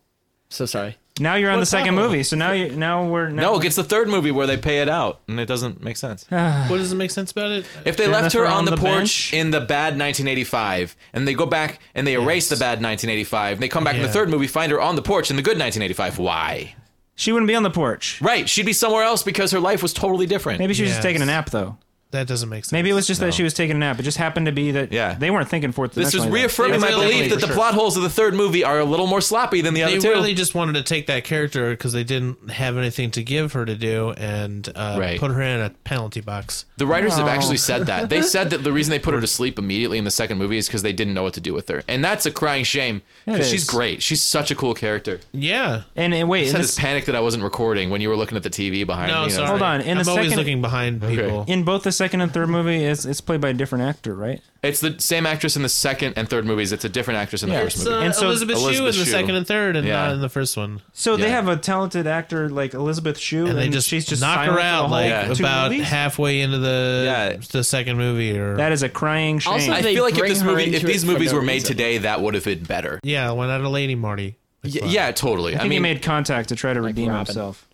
So sorry. Now you're on What's the second up? movie, so now you now we're now, No, it's the third movie where they pay it out, and it doesn't make sense. What does it make sense about it? If they left her Jennifer on on the, the porch bench? in the bad 1985, and they go back and they erase Yes. the bad 1985, and they come back in the Yeah. third movie, find her on the porch in the good 1985. Why? she wouldn't be on the porch. Right, she'd be somewhere else because her life was totally different. Maybe she was Yes. just taking a nap though. That doesn't make sense. Maybe it was just that she was taking a nap. It just happened to be that Yeah. they weren't thinking forth. this was reaffirming my They really- belief that for the sure. plot holes of the third movie are a little more sloppy than the They other two. really just wanted to take that character because they didn't have anything to give her to do and uh, Right. put her in a penalty box. The writers have actually Oh. said that. They said that the reason they put *laughs* her to sleep immediately in the second movie is because they didn't know what to do with her, and that's a crying shame. It Because she's is. great. She's such a cool character. Yeah. And, and I wait, in had this- this panic that I wasn't recording when you were looking at the TV behind me. No, you know, sorry. Hold on, in I'm the always second- looking behind people. in both the second and third movie, it's it's played by a different actor, right? It's the same actress in the second and third movies. It's a different actress in the Yeah. first It's, movie. uh, And so- Elizabeth, Shue Elizabeth is the Shue. second and third, and Yeah. not in the first one. So Yeah. they have a talented actor like Elizabeth Shue, And they just she's just knock silent her for the out whole like Yeah. two about movies? halfway into the Yeah. the second movie or That is a crying shame. Also- I They feel like if bring this her movie, into if these it for movies no were made reason. today, that would have been better. yeah, why not a lady, Marty? Y- yeah, totally. I, I think he mean, made contact to try to redeem Robin. himself.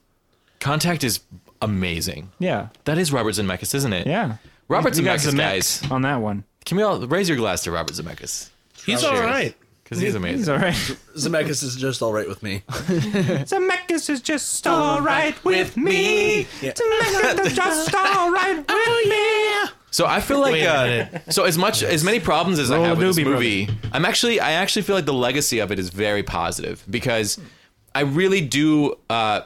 Contact is amazing. Yeah, That is Robert Zemeckis, isn't it? yeah. Robert You got Zemeckis, Zemeckis guys. on that one. Can we all raise your glass to Robert Zemeckis? He's all right. Because because he's amazing. He's all right. Zemeckis is just all right with me. Zemeckis is just all right with me. Zemeckis is just all right with me. So I feel like Wait a uh, minute. so as much as many problems as I Roll have a with this doobie, movie, I'm actually I actually feel like the legacy of it is very positive because I really do uh,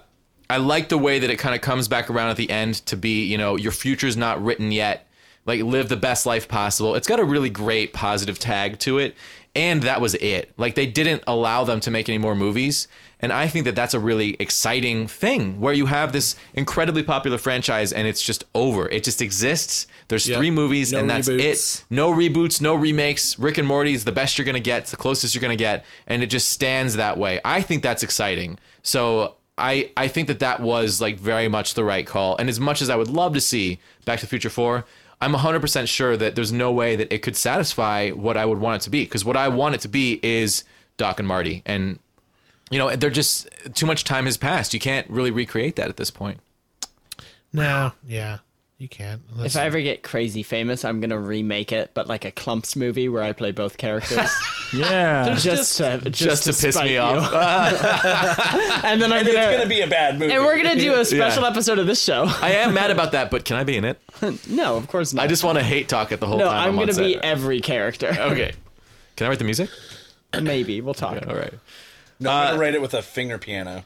I like the way that it kind of comes back around at the end to be you know your future's not written yet like live the best life possible. It's got a really great positive tag to it and that was it. Like they didn't allow them to make any more movies and I think that that's a really exciting thing where you have this incredibly popular franchise and it's just over. It just exists. There's Yeah. three movies No and that's reboots. it. No reboots, no remakes. Rick and Morty is the best you're going to get, it's the closest you're going to get, and it just stands that way. I think that's exciting. So I I think that that was like very much the right call. And as much as I would love to see Back to the Future 4, I'm 100% sure that there's no way that it could satisfy what I would want it to be because what I want it to be is Doc and Marty and you know, they're just too much time has passed. You can't really recreate that at this point. No, yeah, you can't. Unless If I ever get crazy famous, I'm gonna remake it, but like a clumps movie where I play both characters, Yeah. *laughs* just to, Just, to, piss spite me you. *laughs* off. And then I'm gonna, It's gonna be a bad movie. and we're gonna do a special episode of this show. *laughs* *laughs* I am mad about that, but can I be in it? no, of course not. I just want to hate talk it the whole no, time. I'm on gonna set. be every character. *laughs* okay. Can I write the music? *laughs* Maybe we'll talk. All right. No, I'm gonna write it with a finger piano.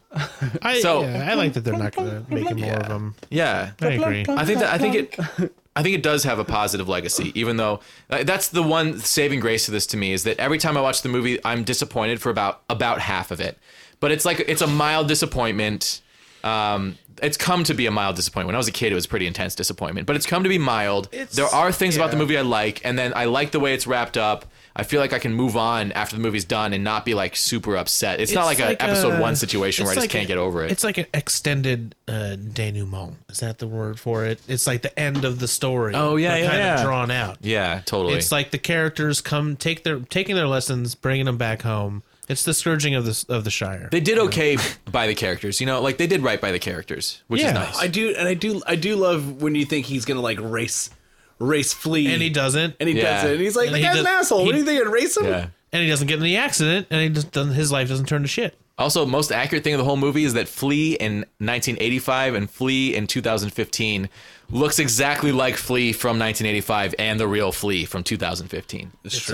I, so- yeah, I like that they're not going to make more of them. Yeah. I agree. I think that I think it *laughs* I think it does have a positive legacy, even though uh, that's the one saving grace to this to me is that every time I watch the movie, I'm disappointed for about about half of it. But it's like it's a mild disappointment. Um, it's come to be a mild disappointment. When I was a kid, it was pretty intense disappointment, but it's come to be mild. there are things about the movie I like, and then I like the way it's wrapped up. I feel like I can move on after the movie's done and not be like super upset. It's, not like, an episode one situation it's where I just like can't a- get over it. It's like an extended uh, denouement. Is that the word for it? It's like the end of the story. Oh, yeah, but yeah, kind yeah. of drawn out. yeah, totally. It's like the characters come take their taking their lessons, bringing them back home. It's the scourging of the of the Shire. They did okay by the characters, you know, like they did right by the characters, which Yeah. is nice. I do, and I do, I do love when you think he's gonna like race, race flee, and he doesn't. and he Yeah. doesn't. And he's like, And the he guy's an does- asshole. what he- do you think? I'd race him? yeah. and he doesn't get in the accident, and he just doesn't, his life doesn't turn to shit. Also, most accurate thing of the whole movie is that Flea in 1985 and Flea in 2015 looks exactly like Flea from 1985 and the real Flea from 2015.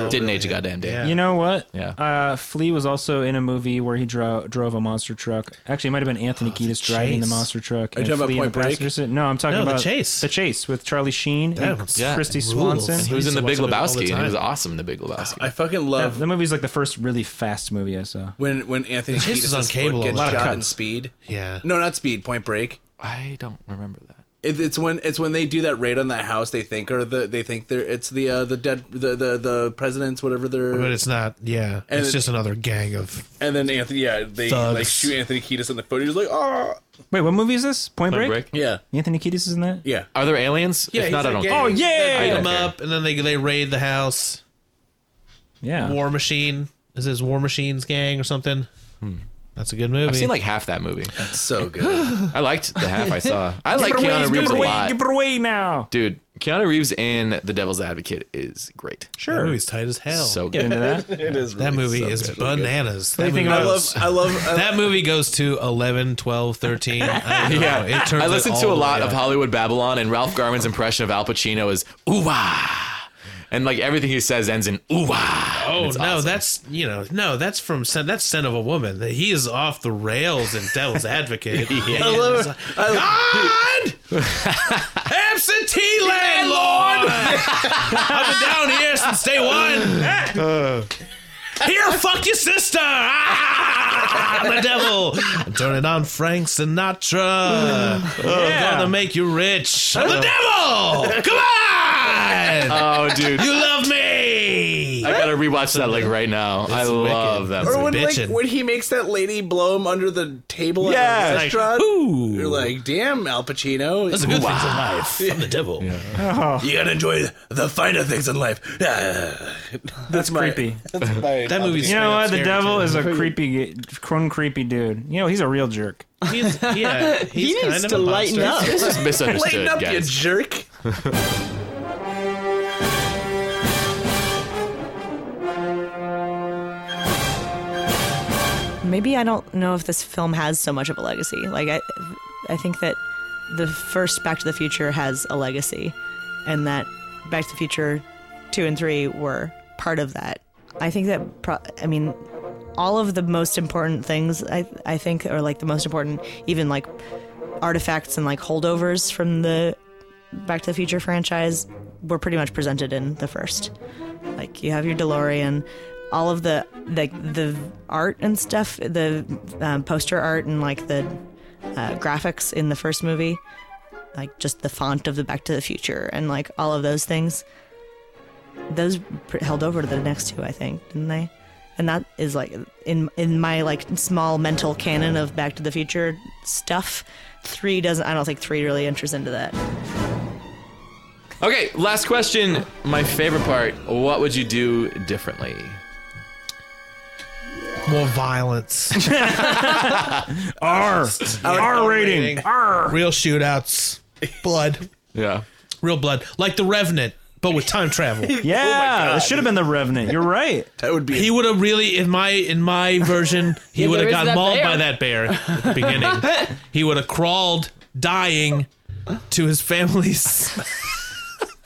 Didn't age a goddamn day. You know what? Oh, Yeah. Uh, Flea was also in a movie where he dro- drove a monster truck. Actually, it might have been Anthony Kiedis driving the chase. monster truck. you and talking about Flea in the Point Break? passenger seat. No, I'm talking No, The about Chase. The chase with Charlie Sheen That and was- yeah. Christy rules. Swanson. He was in used The to Big watch it all the Lebowski, and he time. was awesome in The Big Lebowski. I fucking That, love that movie's like the first really fast movie I saw. when when Anthony His Kiedis is on cable, gets a lot of shot in cuts. Speed. Yeah. No, not Speed. Point Break. I don't remember that. It, it's when it's when they do that raid on that house. They think or the they think they're it's the uh, the dead the, the the presidents whatever they're But it's not. Yeah, And it's it- just another gang of. and then Anthony yeah they like Thugs. shoot Anthony Kiedis in the foot. He's like oh Wait, what movie is this? Point, Break? yeah Anthony Kiedis is in that? yeah. Are there aliens? if he's not, I don't like, care. "Oh, yeah. Beat don't them care. up, and then they they raid the house. Yeah. War Machine is his War Machines gang or something. That's a good movie. I've seen like half that movie. So *laughs* good. I liked the half I saw. I like Keanu Reeves a lot. it away now. Dude, Keanu Reeves in The Devil's Advocate is great. that movie's tight as hell. So good. Get *laughs* into that. that movie is bananas. That you think movie, about- I love I love I, that movie goes to 11, 12, 13. I *laughs* don't know. It turns I it listened all to a the lot way of up. Hollywood Babylon, and Ralph Garman's impression of Al Pacino is ooh wah, and like everything he says ends in ooh wah. Oh It's no, awesome. that's you know no, that's from Son- that's Son of a Woman. He is off the rails in *laughs* Devil's Advocate. I love it. God, *laughs* absentee landlord. *laughs* I've been down here since day one. Here, fuck your sister. Ah, I'm a devil. I'm turning on Frank Sinatra. I'm gonna make you rich. I'm the devil. Come *laughs* on. Oh, dude, you love me. I gotta rewatch that like right now. I love wicked. that. Or Movie. or when like bitchin'. when he makes that lady blow him under the table Yeah, at like, a restaurant. Ooh. You're like, damn, Al Pacino. That's the good things in life. I'm the devil. *laughs* You gotta enjoy the finer things in life. Ah. That's my- Creepy. That movie's You know what? The devil is a creepy, crone creepy dude. You know, he's a real jerk. He's, yeah, he's *laughs* he kind needs of a to lighten monster. up. This is misunderstood, Lighten up, you guys. jerk. maybe I don't know if this film has so much of a legacy. Like I, I think that the first Back to the Future has a legacy, and that Back to the Future two and three were part of that. I think that pro- I mean all of the most important things I I think are like the most important even like artifacts and like holdovers from the Back to the Future franchise were pretty much presented in the first. Like you have your DeLorean, all of the like the art and stuff, the um, poster art and like the uh, graphics in the first movie, like just the font of the Back to the Future and like all of those things. Those pr- held over to the next two, I think, didn't they? And that is like in in my like small mental canon of Back to the Future stuff. Three doesn't. I don't think three really enters into that. Okay, last question. My favorite part. What would you do differently? More *laughs* violence. R. R rating. R. Real shootouts. Blood. Yeah. Real blood. Like the Revenant, but with time *laughs* travel. Yeah, it should have been the Revenant. You're right. That would be. He would have really, in my in my *laughs* version, he would have there got is that mauled bear. by that bear at the *laughs* beginning. he would have crawled, dying, to his *laughs* family's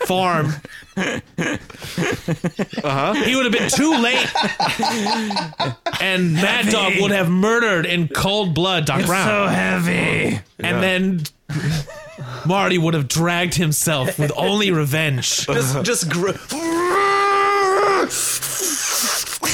farm. Uh-huh. He would have been too *laughs* late, and Mad Dog would have murdered in cold blood Doc Brown. So heavy. and then Marty would have dragged himself with only revenge. Just, just gr-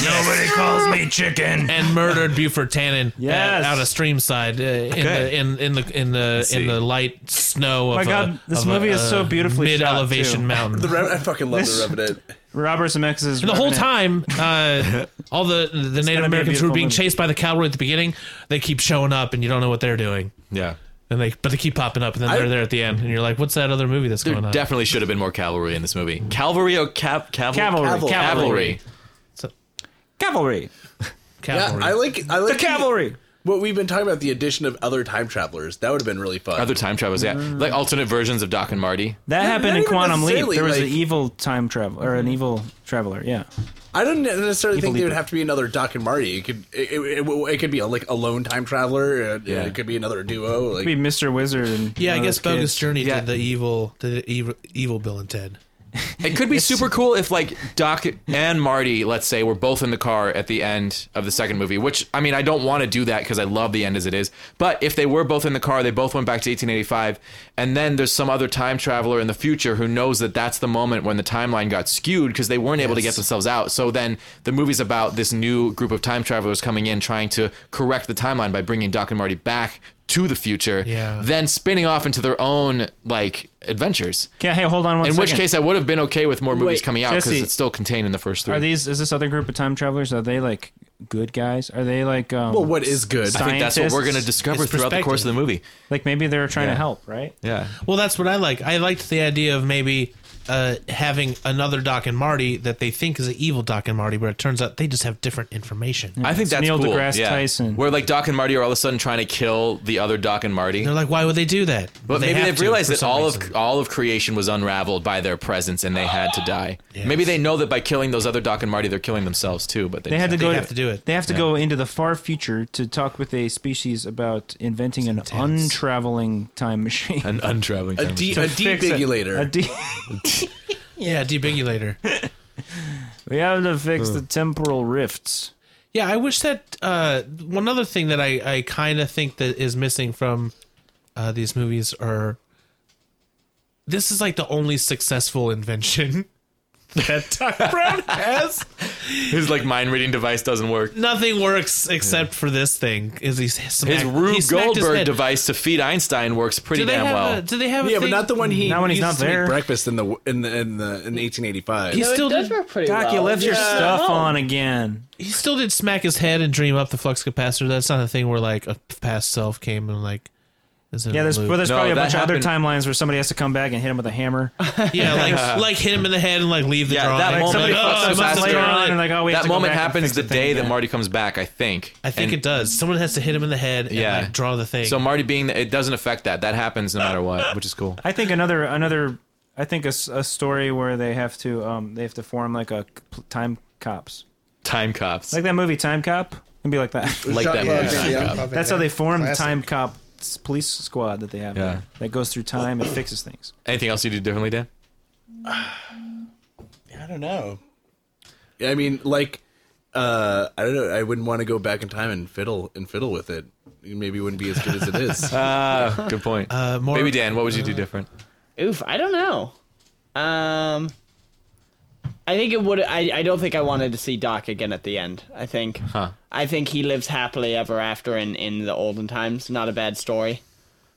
Nobody calls me chicken. and murdered Buford Tannen Yes. uh, out of Streamside uh, in, the, in in the in the in the light snow of my a- God, this of a- movie is so a beautifully shot, mid elevation too. *laughs* mountain. The Re- I fucking love the Revenant. Robert Zemeckis. the whole time, *laughs* uh, all the the Native be a Americans who were beautiful being movie. chased by the cavalry at the beginning, they keep showing up, and you don't know what they're doing. yeah. And they but they keep popping up, and then I- they're there at the end, and you're like, "What's that other movie that's There going on?" definitely should have been more cavalry in this movie. Cavalry or cap caval- Cavalry. Cavalry. Cavalry. Cavalry. Yeah, Cavalry. I like. I like The cavalry. What we've been talking about, the addition of other time travelers, that would have been really fun. Other time travels, yeah. Like alternate versions of Doc and Marty. That happened in even Quantum Leap. necessarily, There was an like- evil time travel or an evil traveler. Yeah. I don't necessarily think believe there would it. have to be another Doc and Marty. It could it, it, it, it could be a, like a lone time traveler. It, Yeah. it could be another duo. Like Be Mr. Wizard. And yeah, I one of guess those Bogus kids. Journey Yeah. did the evil, the evil, evil Bill and Ted. It could be super cool if like Doc and Marty, let's say, were both in the car at the end of the second movie. Which I mean, I don't want to do that because I love the end as it is. But if they were both in the car, they both went back to 1885, and then there's some other time traveler in the future who knows that that's the moment when the timeline got skewed because they weren't able to get themselves out. So then the movie's about this new group of time travelers coming in trying to correct the timeline by bringing Doc and Marty back to the future, Yeah. then spinning off into their own like adventures. Okay, hey, hold on one In which second. case, I would have been okay with more movies Wait, coming out because Jesse, it's still contained in the first three. are these? Is this other group of time travelers? Are they like good guys? Are they like? Um, well, what is good? I think that's what we're going to scientists? discover It's throughout the course of the movie. Like maybe they're trying Yeah. to help, right? Yeah. Well, that's what I like. I liked the idea of maybe uh, having another Doc and Marty that they think is an evil Doc and Marty, but it turns out they just have different information. I think It's that's Neil cool. deGrasse yeah. Tyson. Where like Doc and Marty are all of a sudden trying to kill the other Doc and Marty. They're like, why would they do that? but maybe have they've to realized for that some all reason. of all of creation was unraveled by their presence, and they had to die. Yes. Maybe they know that by killing those other Doc and Marty, they're killing themselves too. But they, They had to just go. have to do it. They have to go into the far future to talk with a species about inventing an intense. untraveling time machine. *laughs* an untraveling. A, time de- machine. a Fix it. debigulator. A de- *laughs* *laughs* yeah, debigulator. we have to fix the temporal rifts. Yeah, I wish that uh, one other thing that I, I kind of think that is missing from uh, these movies are this is like the only successful *laughs* invention that Doc Brown has. *laughs* His like mind reading device doesn't work. Nothing works except for this thing. Is he smacked, His Rube he smacked his Goldberg head. device to feed Einstein works pretty Do they damn have well. a? Do they have a yeah, but thing- not the one he Not when he's uses not to make there. breakfast in the in the in the in 1885. He No, still it does did, work pretty Doc, well. you left your Yeah. stuff on again. he still did smack his head and dream up the flux capacitor. That's not a thing where like a past self came and like is in Yeah, a there's, loop. well, there's No, probably a that bunch of other happened- timelines where somebody has to come back and hit him with a hammer. yeah, like like hit him in the head and like leave the Yeah, drawing. that Like, moment somebody, fucks oh, I us must have faster. drawn Later on, it." and like, oh, we have that to go moment back and happens fix the, the thing day that again. Marty comes back. I think. I think And- it does. Someone has to hit him in the head and Yeah. like, draw the thing. So Marty being the, it doesn't affect that. That happens no matter what, which is cool. I think another another I think a, s- a story where they have to um they have to form like a c- time cops Time cops. like that movie Time Cop. and be like that. Like Shot that clock, movie. yeah. *laughs* That's how they form the Classic. time cop s- police squad that they have. Yeah. there that goes through time and fixes things. Anything else you do differently, Dan? I don't know. I mean, like, uh, I don't know. I wouldn't want to go back in time and fiddle and fiddle with it. It Maybe wouldn't be as good as it is. *laughs* Good point. Uh, more- Baby Dan, what would you do different? Oof, I don't know. Um, I think it would. I, I don't think I wanted to see Doc again at the end. I think. Huh. I think he lives happily ever after in in the olden times. Not a bad story.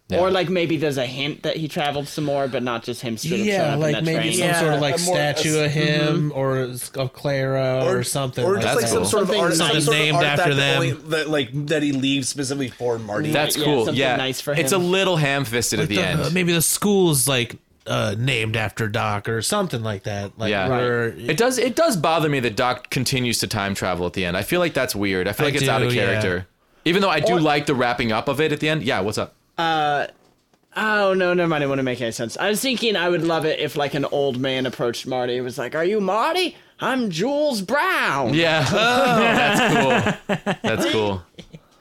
Yeah. Or like maybe there's a hint that he traveled some more, but not just him straight up showing up Yeah, in like that maybe train. some sort of like a more- a s- statue of him or s- of Clara or, something. or just that. like That's some cool. sort of Something- art, something some sort of named artifact after that them. only- that like that he leaves specifically for Marty. That's yeah, cool. something Yeah, nice for it's a him. little ham-fisted at the, The- end. uh, maybe the school's like uh, named after Doc or something like that. Like Yeah. where- It does. It does bother me that Doc continues to time travel at the end. I feel like that's weird. I feel I like it's out of do, yeah. character. Even though I do like the wrapping up of it at the end. Yeah. What's up? Oh no, never mind. It wouldn't make any sense. I was thinking I would love it if like an old man approached Marty and was like, "Are you Marty? I'm Jules Brown." *laughs* Yeah. Oh, that's cool. That's cool.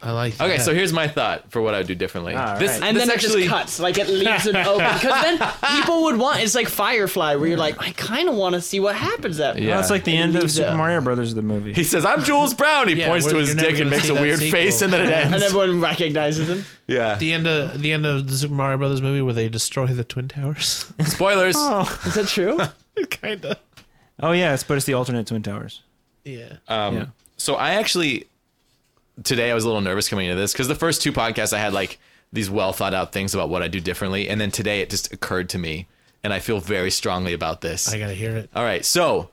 I like. Okay. that. So here's my thought for what I would do differently. this right. And this then actually it just cuts, like it leaves *laughs* it open. Because then people would want it's like Firefly, where you're like, I kind of want to see what happens at. Yeah. That's like the end of leaves Super uh, it- Mario Brothers the *laughs* movie. He says, "I'm Jules Brown." He Yeah, points to we're- his you're never dick and gonna makes see a that weird sequel. face, *laughs* and then it and ends. everyone recognizes him. yeah. the end of the end of the Super Mario Brothers movie where they destroy the twin towers. *laughs* Spoilers. Is that true? Kinda. Oh yes, but it's the alternate Twin Towers. Yeah. Um, Yeah. So I actually today I was a little nervous coming into this because the first two podcasts I had like these well thought out things about what I do differently, and then today it just occurred to me, and I feel very strongly about this. I gotta hear it. All right, so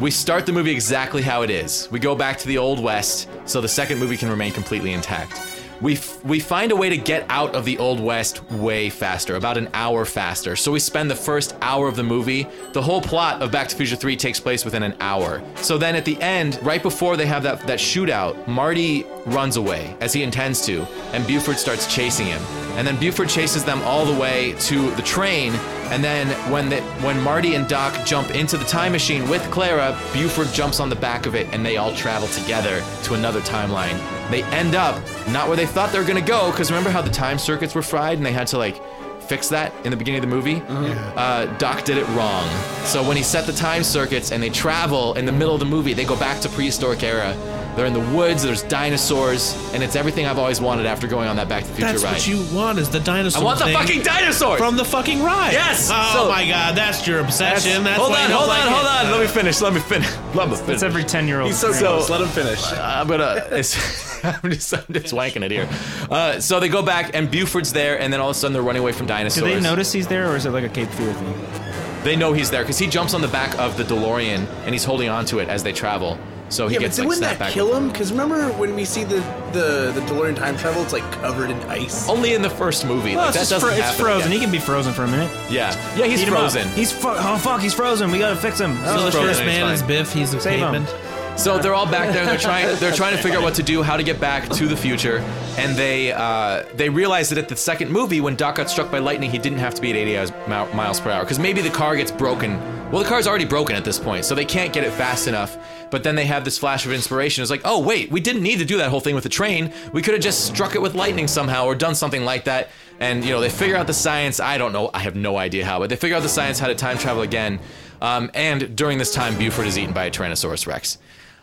we start the movie exactly how it is. We go back to the old west, so the second movie can remain completely intact. We, f- we find a way to get out of the Old West way faster, about an hour faster. So we spend the first hour of the movie. The whole plot of Back to the Future 3 takes place within an hour. So then at the end, right before they have that, that shootout, Marty runs away, as he intends to, and Buford starts chasing him. And then Buford chases them all the way to the train. And then when the, when Marty and Doc jump into the time machine with Clara, Buford jumps on the back of it, and they all travel together to another timeline. They end up not where they thought they were gonna go, because remember how the time circuits were fried, and they had to like fix that in the beginning of the movie. Uh-huh. Uh, Doc did it wrong. So when he set the time circuits and they travel in the middle of the movie, they go back to prehistoric era. They're in the woods. There's dinosaurs, and it's everything I've always wanted after going on that Back to the Future That's ride. what you want is the dinosaur. I want the thing fucking dinosaurs. from the fucking ride. Yes! Oh So- my god, that's your obsession. That's hold why on, you hold on, like hold it. on. Let me finish. Let me finish. Let me finish. That's every ten year old. let him finish. I'm gonna. uh, It's, *laughs* I'm just, I'm just wanking it here. Uh, so they go back, and Buford's there, and then all of a sudden they're running away from Do dinosaurs. they notice he's there, or is it like a Cape Fear thing? Oh, They know he's there because he jumps on the back of the DeLorean, and he's holding onto it as they travel. So he yeah, but gets like wouldn't snapped that back. kill him? Because remember when we see the, the the DeLorean time travel, it's like covered in ice. Oh, Only in the first movie. Well, like, that it's, just doesn't fro- it's happen frozen. again. He can be frozen for a minute. yeah, yeah, he's Eat him up. frozen. He's fu- oh fuck, he's frozen. We gotta fix him. Oh, The frozen. first It's man fine. is Biff. He's a Save him. caveman. So they're all back there. They're trying. They're trying to figure out what to do, how to get back to the future, and they uh, they realize that at the second movie, when Doc got struck by lightning, he didn't have to be at 80 hours- mi- miles per hour because maybe the car gets broken. Well, the car's already broken at this point, so they can't get it fast enough. But then they have this flash of inspiration. It's like, oh wait, we didn't need to do that whole thing with the train. We could have just struck it with lightning somehow, or done something like that. And you know, they figure out the science. I don't know. I have no idea how, but they figure out the science how to time travel again. Um, and during this time, Buford is eaten by a Tyrannosaurus Rex.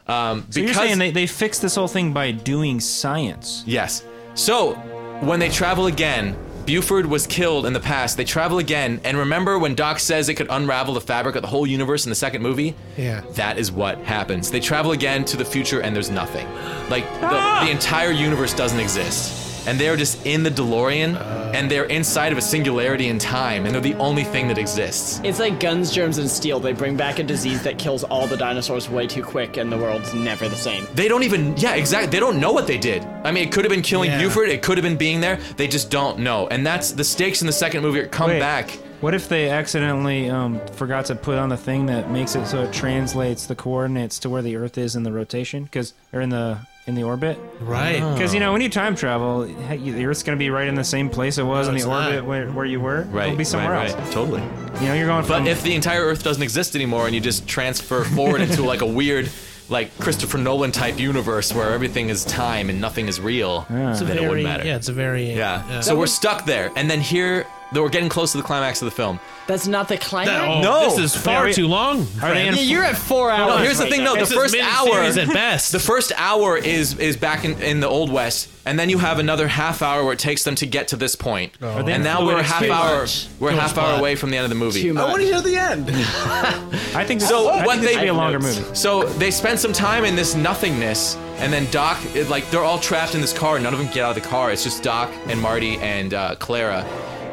Um, So you're because saying they, they fixed this whole thing by doing science. yes. So when they travel again, Buford was killed in the past. They travel again, and remember when Doc says it could unravel the fabric of the whole universe in the second movie? Yeah. That is what happens. They travel again to the future, and there's nothing. Like the, Ah! the entire universe doesn't exist. And they're just in the DeLorean, Uh. and they're inside of a singularity in time, and they're the only thing that exists. It's like guns, germs, and steel. They bring back a disease that kills all the dinosaurs way too quick, and the world's never the same. They don't even, yeah, exactly. They don't know what they did. I mean, it could have been killing Yeah. Buford. It could have been being there. They just don't know. And that's the stakes in the second movie. Are come Wait. back. What if they accidentally um, forgot to put on the thing that makes it so it translates the coordinates to where the Earth is in the rotation? Because or in the in the orbit. Right. Because you know when you time travel, heck, you- the Earth's gonna be right in the same place it was No, in it's the not. orbit where, where you were. Right. It'll be somewhere right, else. Right. Totally. Mm. You know you're going But from. if the entire Earth doesn't exist anymore and you just transfer forward into like a weird like Christopher Nolan type universe where everything is time and nothing is real, It's a then it very- wouldn't matter. Yeah, it's a very uh, Yeah. So we're stuck there, and then here, though we're getting close to the climax of the film. That's not the Oh, climax. No. this is far Are we- too long. Are they Fran. in- Yeah, you're at four hours. No, here's the right thing, though. now. The This is first hour miniseries at best. The first hour is is back in, in the old west, and then you have another half hour where it takes them to get to this point. they And now we're a fluid half too hour much? we're a half plot. hour away from the end of the movie. Too I want to much. hear the end. I think this, So I what think this they should be a longer movie. So they spend some time in this nothingness, and then Doc, it- like they're all trapped in this car. None of them get out of the car. It's just Doc and Marty and uh, Clara,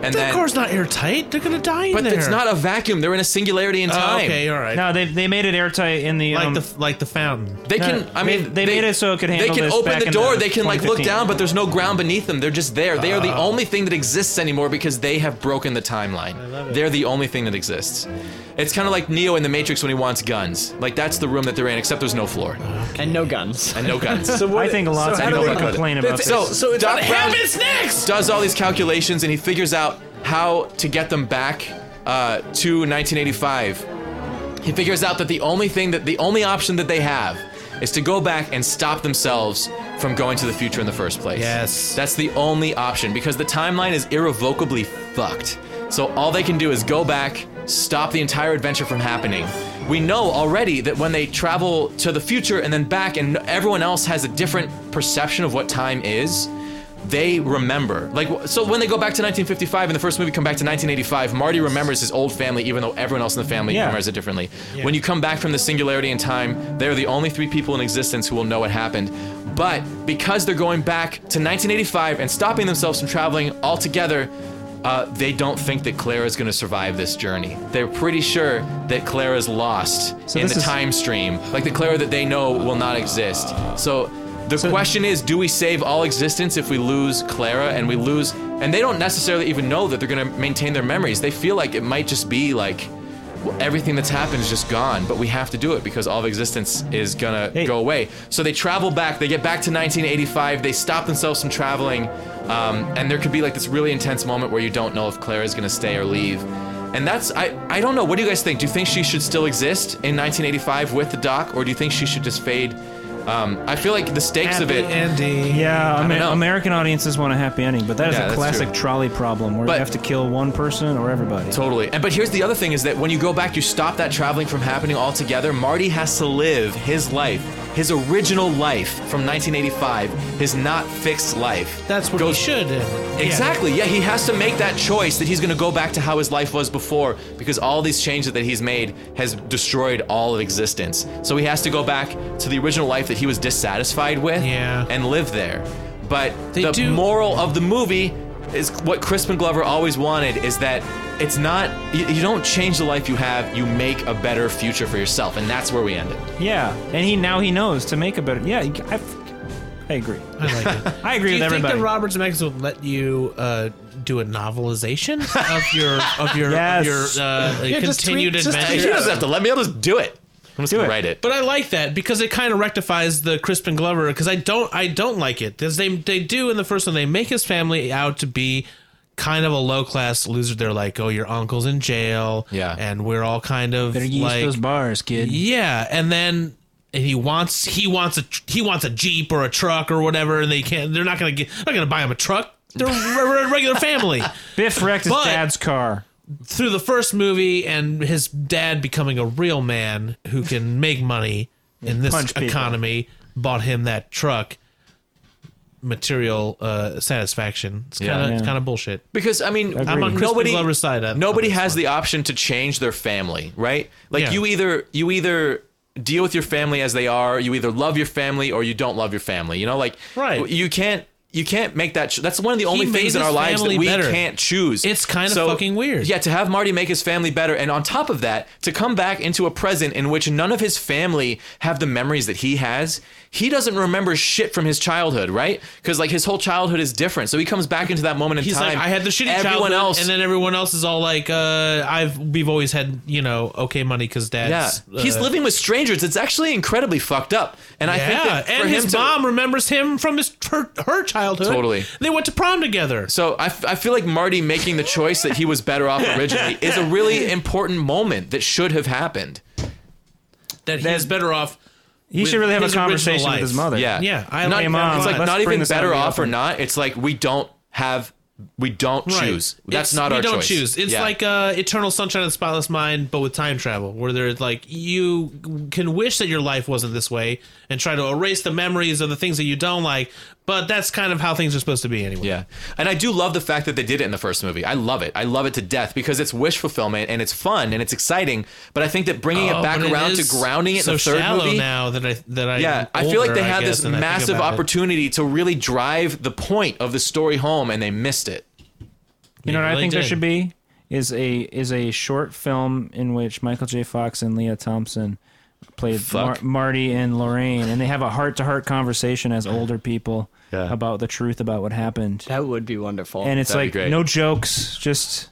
and That then. car's not airtight. They're gonna die in but there. it's not a vacuum. They're in a singularity in Oh, time. okay, all right. No, Uh, they they made it airtight in the like um, the like the fountain. They No, can. I mean, they- they made it so it could handle They can this open back the in door. the they can like look 2015. down, but there's no ground beneath them. They're just there. They are the only thing that exists anymore because they have broken the timeline. They're the only thing that exists. It's kind of like Neo in the Matrix when he wants guns. Like that's the room that they're in, except there's no floor And no guns. and no *laughs* guns. So what, I think a lot so of how do people they- would complain about this. So, So it's Doc what Brown does all these calculations and he figures out how to get them back uh, to 1985. He figures out that the only thing that the only option that they have is to go back and stop themselves from going to the future in the first place. Yes. That's the only option because the timeline is irrevocably fucked. So all they can do is go back, stop the entire adventure from happening. We know already that when they travel to the future and then back, and everyone else has a different perception of what time is, they remember. Like, wh- so when they go back to 1955 in the first movie, come back to 1985, Marty remembers his old family, even though everyone else in the family Yeah. remembers it differently. When you come back from the singularity in time, they're the only three people in existence who will know what happened. But because they're going back to 1985 and stopping themselves from traveling altogether, uh, they don't think that Clara's going to survive this journey. They're pretty sure that Clara's lost in this the is- time stream, like the Clara that they know will not exist. So the question is, do we save all existence if we lose Clara and we lose? And they don't necessarily even know that they're going to maintain their memories. They feel like it might just be like well, everything that's happened is just gone, but we have to do it because all of existence is gonna go away. So they travel back. They get back to 1985. They stop themselves from traveling, um, and there could be like this really intense moment where you don't know if Claire is gonna stay or leave. And that's I I don't know. What do you guys think? Do you think she should still exist in 1985 with the doc, or do you think she should just fade? Um, I feel like the stakes of Happy it. ending. yeah, I mean, know. American audiences want a happy ending, but that is Yeah, a that's classic true. trolley problem where But- you have to kill one person or everybody. Totally. And but here's the other thing is that when you go back, you stop that traveling from happening altogether. Marty has to live his life, his original life from 1985, his not fixed life. That's what Goes- he should. uh, Exactly. Yeah, he has to make that choice that he's going to go back to how his life was before because all these changes that he's made has destroyed all of existence. So he has to go back to the original life that he was dissatisfied with Yeah. and live there. But They the do- moral of the movie is what Crispin Glover always wanted is that it's not you, you don't change the life you have, you make a better future for yourself and that's where we end it. Yeah, and he now he knows to make a better. Yeah, I, I agree. I like *laughs* it. I agree Do you with think everybody. that Robert Zemeckis would let you uh, do a novelization of your of your Yes. of your uh, just continued tweet- just adventure? He doesn't have to let me I'll just do it. I'm just Do gonna it. write it. But I like that because it kind of rectifies the Crispin Glover because I don't I don't like it because they they do in the first one they make his family out to be kind of a low class loser. They're like, oh, your uncle's in jail, Yeah. and we're all kind of Better use like, those bars, kid. yeah, and then. And he wants he wants a tr- he wants a jeep or a truck or whatever, and they can't. They're not gonna get. They're not gonna buy him a truck. They're a re- *laughs* regular family. Biff wrecked his But- dad's car. through the first movie and his dad becoming a real man who can make money in this punch people. economy bought him that truck material uh, satisfaction it's kind of Yeah. it's kind of bullshit Because I mean, i'm on Agreed. Crispin nobody Glover's side of- nobody of this has one. the option to change their family, right? Like Yeah. you either you either deal with your family as they are, you either love your family or you don't love your family. You know, like Right. You can't you can't make that. Cho- That's one of the only made things in his our lives that family we better. can't choose. It's kinda fucking weird. Yeah, to have Marty make his family better, and on top of that, to come back into a present in which none of his family have the memories that he has. He doesn't remember shit from his childhood, right? Because like his whole childhood is different. So he comes back into that moment in he's time. like i had the shitty Everyone childhood," else, and then everyone else is all like uh i've we've always had you know okay money because Yeah, dad's uh, he's living with strangers. It's actually incredibly fucked up. And I think yeah, that for and him his to, mom remembers him from his her, her childhood. Totally. they went to prom together. So I, f- I feel like Marty making the choice that he was better *laughs* off originally is a really important moment that should have happened. that he's better off He should really have a his original conversation with life. his mother. Yeah, Yeah, I not, like that It's a like lot. not Let's bring even this out better in the off or open. not. It's like we don't have, we don't Right. choose. That's It's- not we our don't choice. choose. It's Yeah. like uh, Eternal Sunshine of the Spotless Mind, but with time travel, where there's like you can wish that your life wasn't this way and try to erase the memories of the things that you don't like. But that's kind of how things are supposed to be anyway. Yeah. And I do love the fact that they did it in the first movie. I love it. I love it to death because it's wish fulfillment and it's fun and it's exciting. But I think that bringing Oh, it back but around is to grounding it so in the third shallow movie. now that I that I yeah, am I feel like older, they had guess, this and I think massive about it. opportunity to really drive the point of the story home and they missed it. You They know what I really think there did. should be is a is a short film in which Michael J. Fox and Leah Thompson played Mar- Fuck. Marty and Lorraine, and they have a heart to heart conversation as older people Yeah. about the truth about what happened. That would be wonderful. And it's That'd like be great. no jokes, just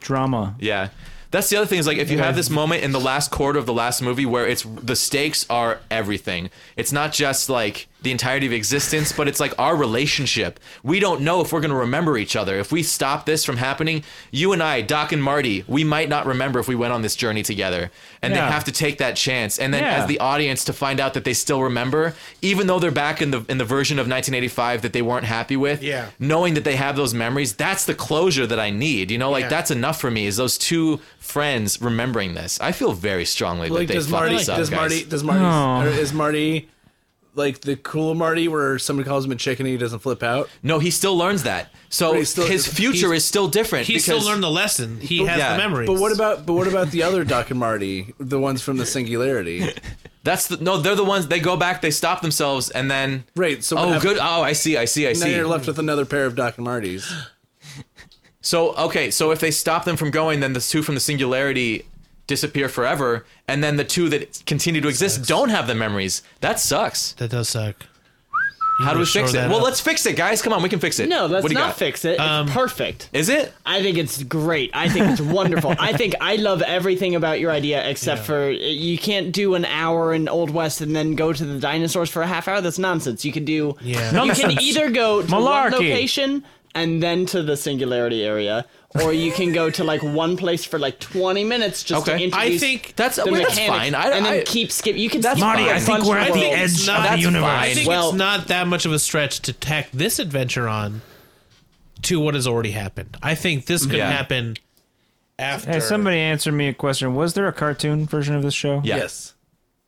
drama. Yeah. That's the other thing is like if you have this moment in the last quarter of the last movie where it's the stakes are everything. It's not just like the entirety of existence, but it's like our relationship. We don't know if we're going to remember each other. If we stop this from happening, you and I, Doc and Marty, we might not remember if we went on this journey together. And Yeah. they have to take that chance. And then Yeah. as the audience to find out that they still remember, even though they're back in the in the version of 1985 that they weren't happy with. Yeah. Knowing that they have those memories, that's the closure that I need. You know, like Yeah. that's enough for me. Is those two friends remembering this? I feel very strongly Like that they does fucked Marty? this up, does guys. Marty? Does No. Marty? Is Marty like the cool Marty where somebody calls him a chicken and he doesn't flip out? no, he still learns that. So But he still- his future he's- is still different. He because, still learned the lesson. He has yeah. the memories. But what about but what about the other Doc and Marty, the ones from the Singularity? That's the, no. They're the ones. They go back. They stop themselves, and then Right. So what Oh, hap- good. Oh, I see. I see. I Now see. you're left with another pair of Doc and Martys. So okay, so if they stop them from going, then the two from the singularity disappear forever, and then the two that continue to exist don't have the memories. That sucks. that does suck. How do we wanna shore fix it? that Well, up? let's fix it, guys. Come on, we can fix it. no, let's what do you not got? Um, fix it. it's perfect. Is it? I think it's great. I think it's wonderful. I think I love everything about your idea except for you can't do an hour in Old West and then go to the dinosaurs for a half hour. That's nonsense. You can do. Yeah. You can Nonsense. either go to one Malarkey. location and then to the singularity area, or you can go to like one place for like twenty minutes just to Okay. introduce. I think- That's- the well, that's mechanic, fine. I- and then I- keep skip. You can. That's skip Marty, a I think bunch we're of at the worlds. edge It's of the that's universe. fine. I think Well- it's not that much of a stretch to tack this adventure on to what has already happened. I think this could Yeah. happen after. Hey, somebody answer me a question. Was there a cartoon version of this show? Yeah. Yes.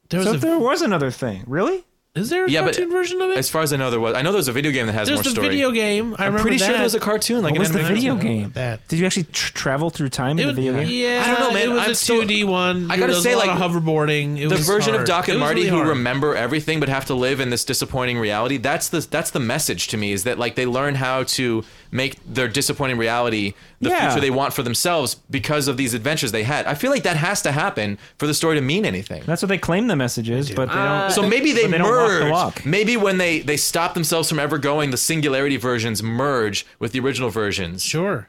There was So a- if there was another thing, really? is there a Yeah, but- cartoon version of it? As far as I know, there was. I know there was a video game that has There's more the story. video game. I I'm remember pretty that. sure there was a cartoon like What an was the animated video cartoon. game? that. Did you actually tr- travel through time in It the was, video game? yeah, I don't know, man. It was I'm a still- 2D one. I gotta There was say, a lot like, of hoverboarding. It The was version hard. of Doc It and was Marty really who hard. remember everything but have to live in this disappointing reality. That's the that's the message to me is that like they learn how to make their disappointing reality the Yeah. future they want for themselves because of these adventures they had. I feel like that has to happen for the story to mean anything. That's what they claim the message is, but they don't. Uh, so maybe they, but they don't walk the merge. walk. Maybe when they they stop themselves from ever going, the singularity versions merge with the original versions. Sure.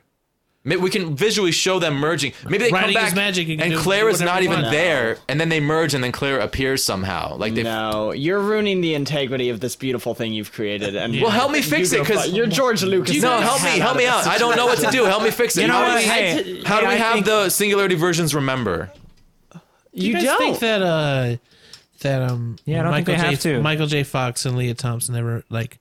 Maybe we can visually show them merging. Maybe they Writing come is back magic. You can and do Claire is whatever not you even want. there, and then they merge, and then Claire appears somehow. Like they. No, you're ruining the integrity of this beautiful thing you've created. And Well, help me fix You it, go because fu- you're George Lucas. no, help me, help me out. I don't know what to do. Help me fix it. You know how what? do we, Hey, how do we hey, I have think- the singularity versions remember? You, guys don't. think that uh that um Yeah, I don't think Michael they J have to. Michael J Fox and Leah Thompson never like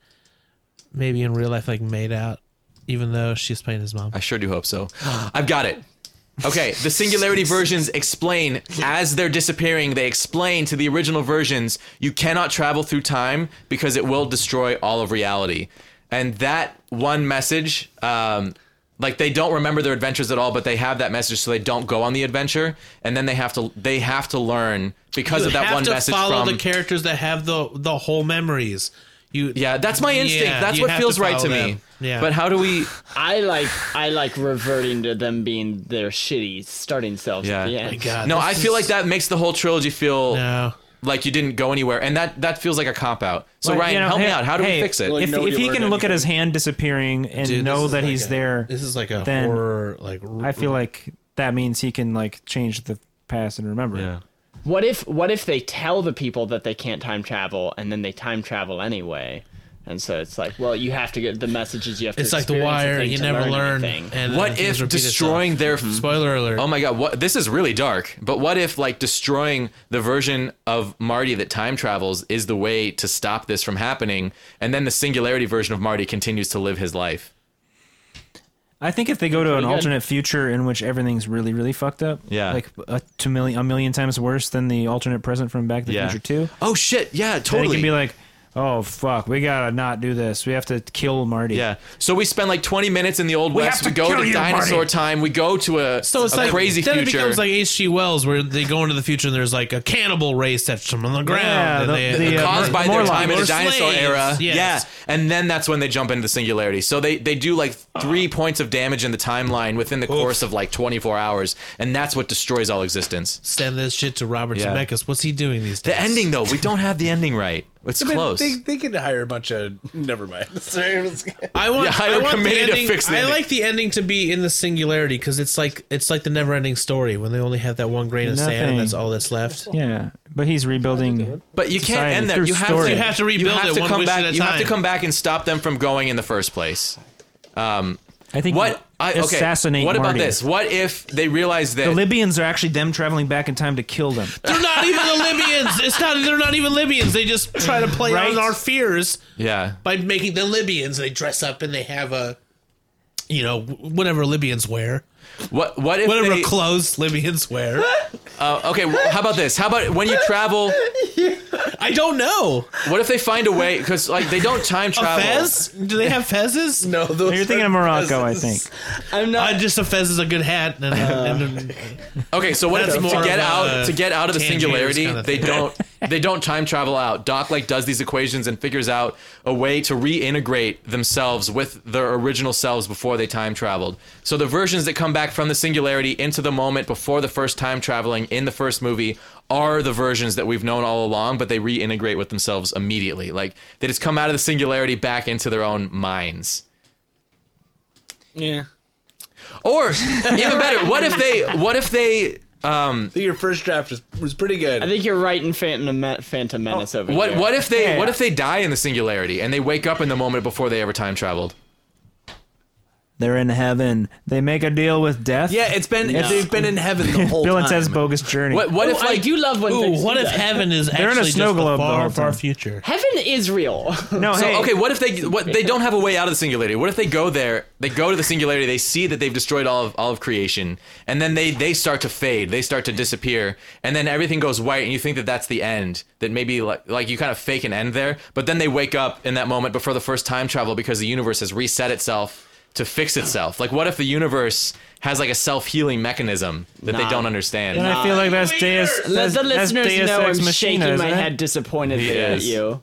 maybe in real life like made out even though she's playing his mom. I sure do hope so. I've got it. Okay, the *laughs* singularity versions explain as they're disappearing, they explain to the original versions you cannot travel through time because it will destroy all of reality. And that one message, um, like they don't remember their adventures at all, but they have that message, so they don't go on the adventure, and then they have to they have to learn because You of that have one to message follow from the characters that have the the whole memories. You yeah, that's my instinct. Yeah, that's you what have feels to right to follow me. them. Yeah. But how do *sighs* we? I like I like reverting to them being their shitty starting selves. Yeah. At the My end. God, no, this I feel is- like that makes the whole trilogy feel No. like you didn't go anywhere, and that that feels like a cop out. So Well, Ryan, you know, help me hey- out. How do hey, we fix it? if, nobody if he learned can look at his hand disappearing and Dude, this know is that like he's a- there, This is like a then- horror like I feel like that means he can like change the past and remember. Yeah. What if what if they tell the people that they can't time travel and then they time travel anyway? And so it's like, well, you have to get the messages. You have to. It's like The experience a Wire. thing You to never learn. anything. And What and things if repeat itself. destroying their Spoiler alert. Oh my god, what this is really dark. But what if like destroying the version of Marty that time travels is the way to stop this from happening and then the singularity version of Marty continues to live his life. I think if they go to an good. alternate future in which everything's really, really fucked up, Yeah. like a two million, a million times worse than the alternate present from Back to the Yeah. Future Two, Oh shit, yeah, then it totally. can be like, oh fuck, we gotta not do this. We have to kill Marty. yeah. So we spend like 20 minutes in the old west. have We to go kill to you, dinosaur Marty. time. We go to a, So it's a like crazy then future. it becomes like H.G. Wells, where they go into the future and there's like a cannibal race that's from the ground. Yeah, and the- they, the, uh, caused by their Morlocks. time in the Or dinosaur slaves, era. yes. Yeah. And then that's when they jump into the singularity. So they, they do like three points of damage in the timeline within the course of like 24 hours. And that's what destroys all existence. send this shit to Robert Yeah. Zemeckis. What's he doing these days? The ending, though, we don't have the ending right. It's I mean, close. They, they could hire a bunch of. Never mind. *laughs* Sorry, I want, Yeah, hire I want the committee to ending. fix the I ending. like the ending to be in the singularity because it's like it's like the never-ending story when they only have that one grain of sand Nothing. and that's all that's left. yeah. But he's rebuilding. but you can't Society end there. through You have, story. to, You have to rebuild you have it to one come wish back. at a you have to time. come back and stop them from going in the first place. I think What? I, okay. assassinate. what about Marty. this? What if they realize that The Libyans are actually them traveling back in time to kill *laughs* them. They're not even the Libyans. It's not. They're not even Libyans. They just try to play Right? on our fears Yeah. by making the Libyans. They dress up and they have a, you know, whatever Libyans wear, What what if whatever they, clothes *laughs* Libyans wear. uh, Okay, well, how about this? How about when you travel, I don't know. what if they find a way cuz like they don't time A travel. fez? Do they have *laughs* fezes? No. You're thinking of Morocco, I think. I'm not. I just a fez is a good hat. And, and, Uh, Okay, so what if That's to more get of a out to get out of the Tangiers singularity, kinda they thing. *laughs* don't they don't time travel out. Doc like does these equations and figures out a way to reintegrate themselves with their original selves before they time traveled. So the versions that come back from the singularity into the moment before the first time traveling in the first movie are the versions that we've known all along, but they reintegrate with themselves immediately. Like they just come out of the singularity back into their own minds. Yeah. Or even better, what if they what if they your first draft was, was pretty good. I think you're right in Phantom, Men- Phantom Menace over What here. what if they Yeah. what if they die in the singularity and they wake up in the moment before they ever time traveled? They're in heaven. They make a deal with death. *laughs* yeah, it's been Yeah. they've been in heaven the whole Bill time. Oh, and Ted's bogus journey. What what Ooh, if like I do love when things ooh, do what if that. heaven is actually in a snow just globe the the far, whole far time. future? Heaven is real. No, so hey, okay, what if they what they don't have a way out of the singularity? What if they go there, they go to the singularity, they see that they've destroyed all of all of creation, and then they they start to fade, they start to disappear, and then everything goes white, and you think that that's the end, that maybe like like you kind of fake an end there, but then they wake up in that moment before the first time travel because the universe has reset itself to fix itself. Like what if the universe has like a self healing mechanism that they Nah. don't understand? And I feel like that's Deus. Let That's, the that's listeners Deus know Ex I'm Machina, shaking my isn't it? head disappointedly at Yes. you.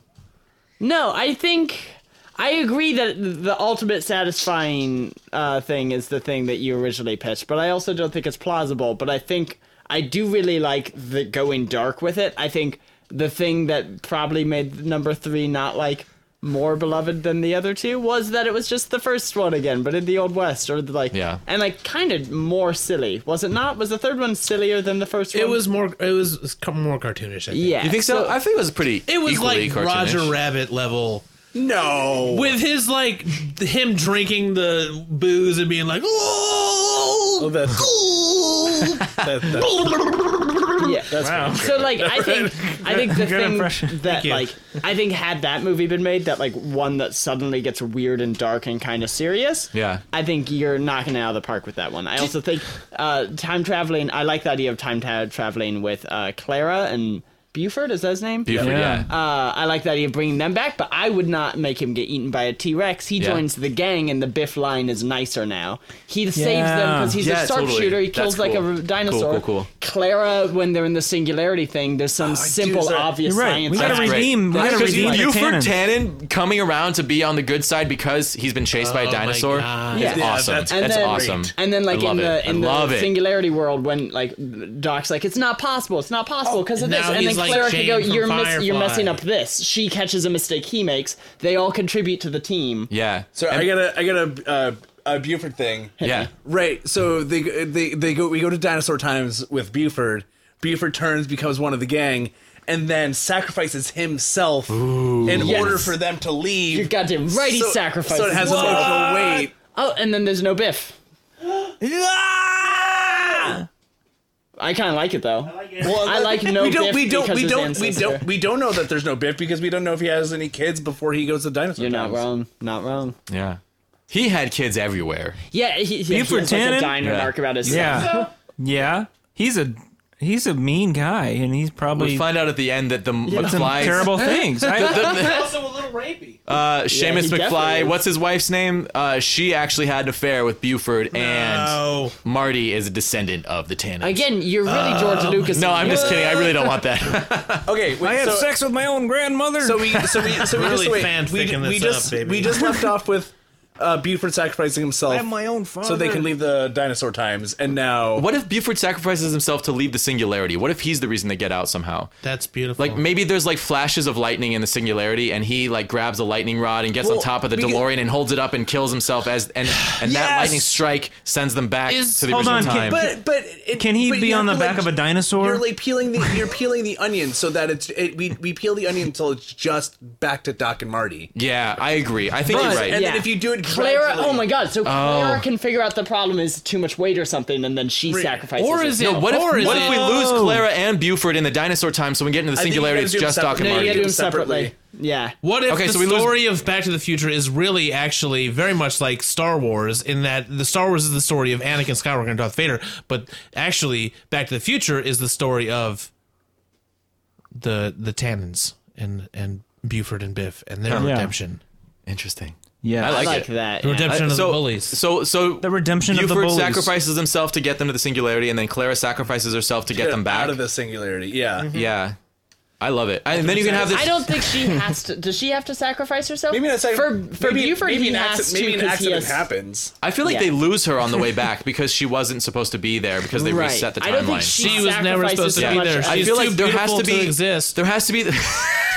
No, I think I agree that the ultimate satisfying uh, thing is the thing that you originally pitched, but I also don't think it's plausible. But I think I do really like the going dark with it. I think the thing that probably made number three not like more beloved than the other two was that it was just the first one again, but in the old west or the, like Yeah. and like kind of more silly, was it not? Was the third one sillier than the first one? It was more. It was it's co- more cartoonish. I think. Yeah. You think so? I think it was pretty. It was equally like cartoonish. Roger Rabbit level no, with his like him drinking the booze and being like, Oh, oh, that's, *laughs* that- that- yeah. Wow. So like I think I think the *laughs* Good thing impression. that you. like I think had that movie been made that like one that suddenly gets weird and dark and kind of serious. Yeah. I think you're knocking it out of the park with that one. I also think uh, time traveling. I like the idea of time ta- traveling with uh, Clara and Buford. Is that his name? Buford, yeah. Yeah. Uh, I like the idea of bringing them back, but I would not make him get eaten by a T Rex. He Yeah. joins the gang, and the Biff line is nicer now. He saves them because he's Yeah, a totally. sharpshooter. He That's kills like cool. a r- dinosaur. Cool, cool, cool. Clara, when they're in the singularity thing, there's Oh, some simple, sorry. obvious You're right. science. We gotta That's great. redeem. We gotta Because redeem the Buford canon. Tannen coming around to be on the good side because he's been chased by a my dinosaur. God. is Yeah. Yeah, awesome. that's That's, and then, awesome. And then, like I love in the it. in I love the it. singularity world, when like Doc's like, it's not possible, it's not possible because of this, now and he's then like Clara can Jane go, from you're miss- you're Firefly. messing up this. She catches a mistake he makes. They all contribute to the team. yeah. so I got a I got a uh, a Buford thing. yeah. Right. So they they they go we go to dinosaur times with Buford. Buford turns becomes one of the gang, and then sacrifices himself in Yes. order for them to leave. You're goddamn right. He So- sacrifices. So it has himself. emotional weight. Oh, and then there's no Biff. I kind of like it though. I like, Well, that- no we don't, Biff we don't, because we his don't, we ancestor. don't, we don't know that there's no Biff because we don't know if he has any kids before he goes to dinosaur. You're not Times. wrong. Not wrong. Yeah. He had kids everywhere. Yeah, he, he, he Buford has like a Tannen? dying Yeah. remark about his Yeah. Yeah. He's a he's a mean guy and he's We probably find out at the end that the some McFly. *laughs* terrible things. I, also a little rapey. Uh, Seamus he definitely McFly, is. what's his wife's name? Uh, she actually had an affair with Buford, and Marty is a descendant of the Tannins. Again, you're really George Lucas. Uh, no, I'm just kidding. I really don't want *laughs* that. Okay, wait, I had so, sex with my own grandmother. so we, so we, so we Really just wait. fanficking we, we this just, up, baby. we just left off with uh, Buford sacrificing himself I'm my own father. so they can leave the dinosaur times, and now What if Buford sacrifices himself to leave the singularity? What if he's the reason they get out somehow? That's beautiful. Like maybe there's like flashes of lightning in the singularity, and he like grabs a lightning rod and gets on Well, top of the because- DeLorean and holds it up and kills himself as and and that Yes! lightning strike sends them back Is- to the hold original on, time. can- But but it, Can he but be you on the have to, back like, of a dinosaur? You're like peeling the you're peeling the onion so that it's it, we we peel the onion until it's just back to Doc and Marty. yeah, I agree. I think you're right. and then if you do it Clara, gradually- oh my god, so Clara can figure out the problem is too much weight or something, and then she sacrifices. Or is it? No, what if, or is what it, if we lose Clara and Buford in the dinosaur time so we get into the I think you singularity? gotta It's do just them Doc and separately. No, you Marty. gotta do them Separately. separately. Yeah. What if Okay, the so we lose- story of Back to the Future is really actually very much like Star Wars in that the Star Wars is the story of Anakin Skywalker and Darth Vader, but actually Back to the Future is the story of the the Tannins and and Buford and Biff and their Yeah. redemption. Interesting. yeah. I I like, like it. that. The yeah. redemption Uh, of so, the bullies. so so The redemption of the Buford bullies. sacrifices himself to get them to the singularity, and then Clara sacrifices herself to get them back. out of the singularity. Yeah, Mm-hmm. Yeah, I love it. And then you can have this. I don't think she has to. Does she have to sacrifice herself? maybe not sacri- for for maybe, Buford, maybe he an has accident, to maybe an because he accident has. happens. I feel like Yeah. they lose her on *laughs* the way back because she wasn't supposed to be there because they Right. reset the timeline. I don't think she, She was never supposed to sacrifices be much there. as- I She's feel too like there has beautiful to be to exist. There has to be. *laughs*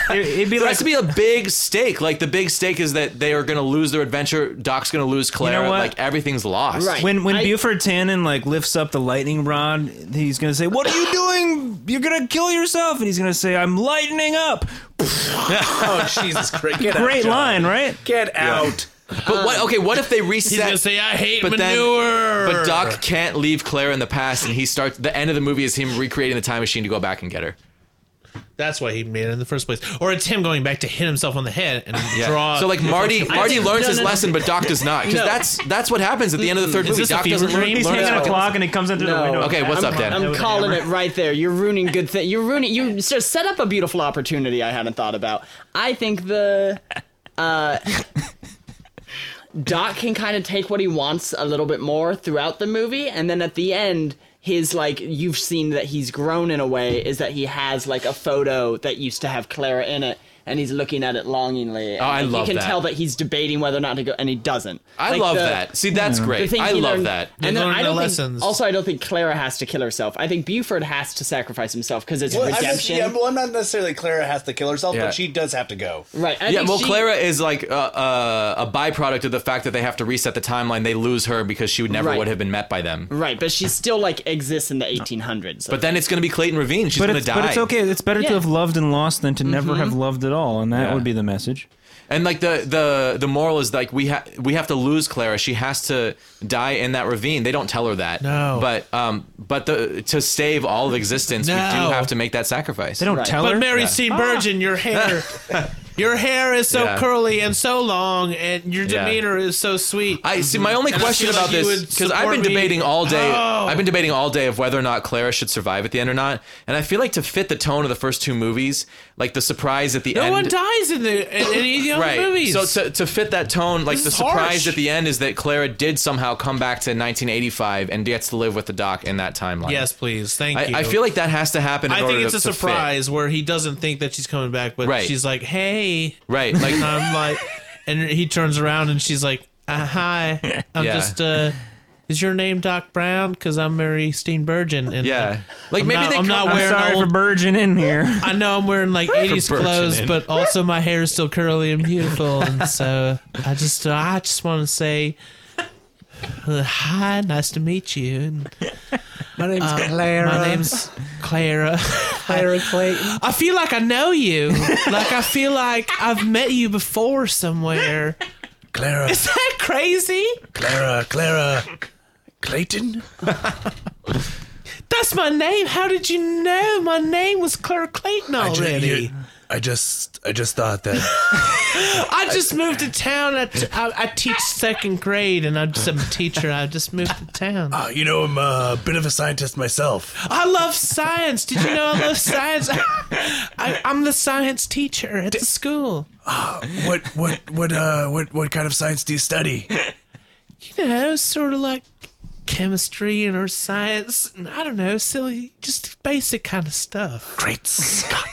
It'd be There like has to be a big stake. Like the big stake is that they are going to lose their adventure. Doc's going to lose Clara. what? Like everything's lost. Right. When when I- Buford Tannen like lifts up the lightning rod, he's gonna say, "What are you doing? You're gonna kill yourself!" And he's gonna say, "I'm lightening *laughs* up." Oh Jesus Christ! Get out, Great John. line, right? Get out. But what? Okay. What if they He's gonna reset? say, "I hate but then- manure." But Doc can't leave Clara in the past, and he starts. The end of the movie is him recreating the time machine to go back and get her. That's why he made it in the first place. Or it's him going back to hit himself on the head and Yeah. draw. so like Marty, Marty think- learns no, his no, no. lesson, but Doc does not, because that's that's what happens at the end of the third Is movie. this a Doc fever doesn't learn. dream? He's learn hanging how a to- clock, and he comes in through the No. window. Okay, what's I'm, up, Dan? I'm calling it right there. You're ruining good thing. You're ruining. You just set up a beautiful opportunity I hadn't thought about. I think the uh, *laughs* Doc can kind of take what he wants a little bit more throughout the movie, and then at the end, his like you've seen that he's grown in a way is that he has like a photo that used to have Clara in it. And he's looking at it longingly. And, Oh, I like, love You can that. tell that he's debating whether or not to go, and he doesn't. I Like, love the- that. See, that's the great. thing I he love learned- that. And then learned I their don't lessons. think. Also, I don't think Clara has to kill herself. I think Buford has to sacrifice himself because it's Well, I'm, not, redemption. yeah, well, I'm not necessarily Clara has to kill herself, Yeah. but she does have to go. Right. I yeah, think well, she- Clara is like uh, uh, a byproduct of the fact that they have to reset the timeline. They lose her because she would never Right. would have been met by them. Right, but she still like exists in the 1800s. But then it's going to be Clayton Ravine. She's But going to it's, die. but it's okay. It's better Yeah. to have loved and lost than to never have loved at all, and that Yeah. would be the message. And like the the the moral is like we ha- we have to lose Clara. She has to die in that ravine. They don't tell her that. No. But um, but the to save all of existence, we do No. have to make that sacrifice. They don't Right. tell But her. Mary C. Burgeon, *laughs* your hair, your hair is so Ah. Yeah. curly and so long, and your Yeah. demeanor is so sweet. I see. My only Mm-hmm. And I question feel about like you this would because I've support been me. debating all day. Oh. I've been debating all day of whether or not Clara should survive at the end or not. And I feel like to fit the tone of the first two movies, like the surprise at the no end. one dies in the in, in any of the Right. movies. So to, to fit that tone, like This the is surprise harsh. at the end is that Clara did somehow come back to 1985 and gets to live with the doc in that timeline. yes, please, thank you. I, I feel like that has to happen. In I order think it's to- a to fit. surprise where he doesn't think that she's coming back, but Right. she's like, "Hey," Right. *laughs* Like and I'm *laughs* like, and he turns around and she's like, uh, "Hi, I'm Yeah. just." uh is your name Doc Brown? Because I'm Mary Steenburgen, and yeah. Like I'm maybe not- they I'm come- not I'm wearing sorry old- for Burgeon in here. *laughs* I know I'm wearing like 80s birching clothes, in. but also my hair is still curly and beautiful, and so I just uh, I just want to say uh, hi, nice to meet you. And My name's Clara. *laughs* my name's Clara. Tyra Clayton. I feel like I know *laughs* you. like I feel like I've met you before somewhere. Clara, *laughs* Is that crazy? Clara, Clara. Clayton? That's my name. How did you know my name was Clara Clayton Oh, ju- already? you- I just I just thought that *laughs* I just moved to town. I, t- I, I teach second grade, and I'm just I'm a teacher. I just moved to town. uh, you know I'm a bit of a scientist myself. I love science. Did you know I *laughs* love science? I, I'm the science teacher at the school. What what what uh what what kind of science do you study? You know, sort of like chemistry and or science. And I don't know, silly, just basic kind of stuff. Great Scott.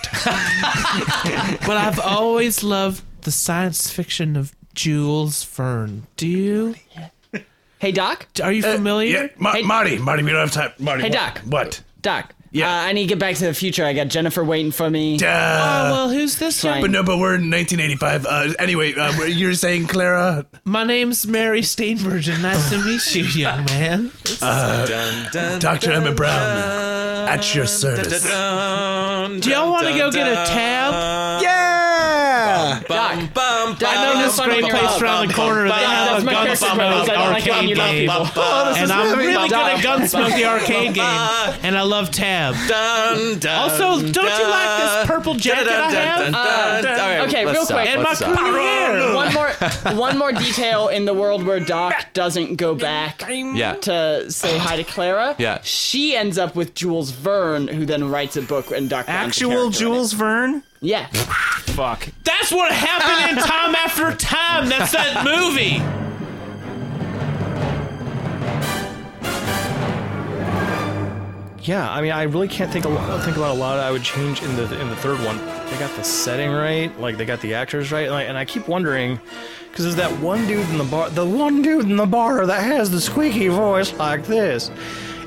But I've always loved the science fiction of Jules Verne. Do you? Hey, Doc? Are you familiar? Uh, Yeah, Ma- Hey- Marty, Marty, we don't have time. Marty, Hey, what- Doc. What? Doc. Yeah. Uh, I need to get back to the future. I got Jennifer waiting for me. Oh, Uh, well, who's this Fine. young? no, but we're in 1985. Uh, anyway, uh, you're saying Clara? My name's Mary Steenburgen. Nice to meet you, young man. Dr. Emmett Brown, at your service. Do y'all want to go get a tab? Yeah. Doc. Bum, Doc, I know this have fun great on your place own. around the corner. They have a that's my character premise. I don't Gunsmoke like it when you arcade love game. people. And I'm really good at Gunsmoke, the arcade game. Bum. And I love Tab. Dun, dun, Also, don't you like this dun. purple jacket I have? dun. All right, okay, let's real stop, quick. And my let's stop. curly hair. one more one more detail in the world *laughs* where Doc doesn't go back Yeah. to say hi to Clara. Yeah. She ends up with Jules Verne, who then writes a book and Doc Brown's the Actual character in it. Jules Verne? *laughs* Yeah. Fuck. That's what happened in Time After Time. That's that movie. *laughs* Yeah, I mean, I really can't think a lot, think about a lot I would change in the in the third one. They got the setting right, like they got the actors right, and I, and I keep wondering because there's that one dude in the bar, the one dude *laughs* in the bar that has the squeaky voice like this,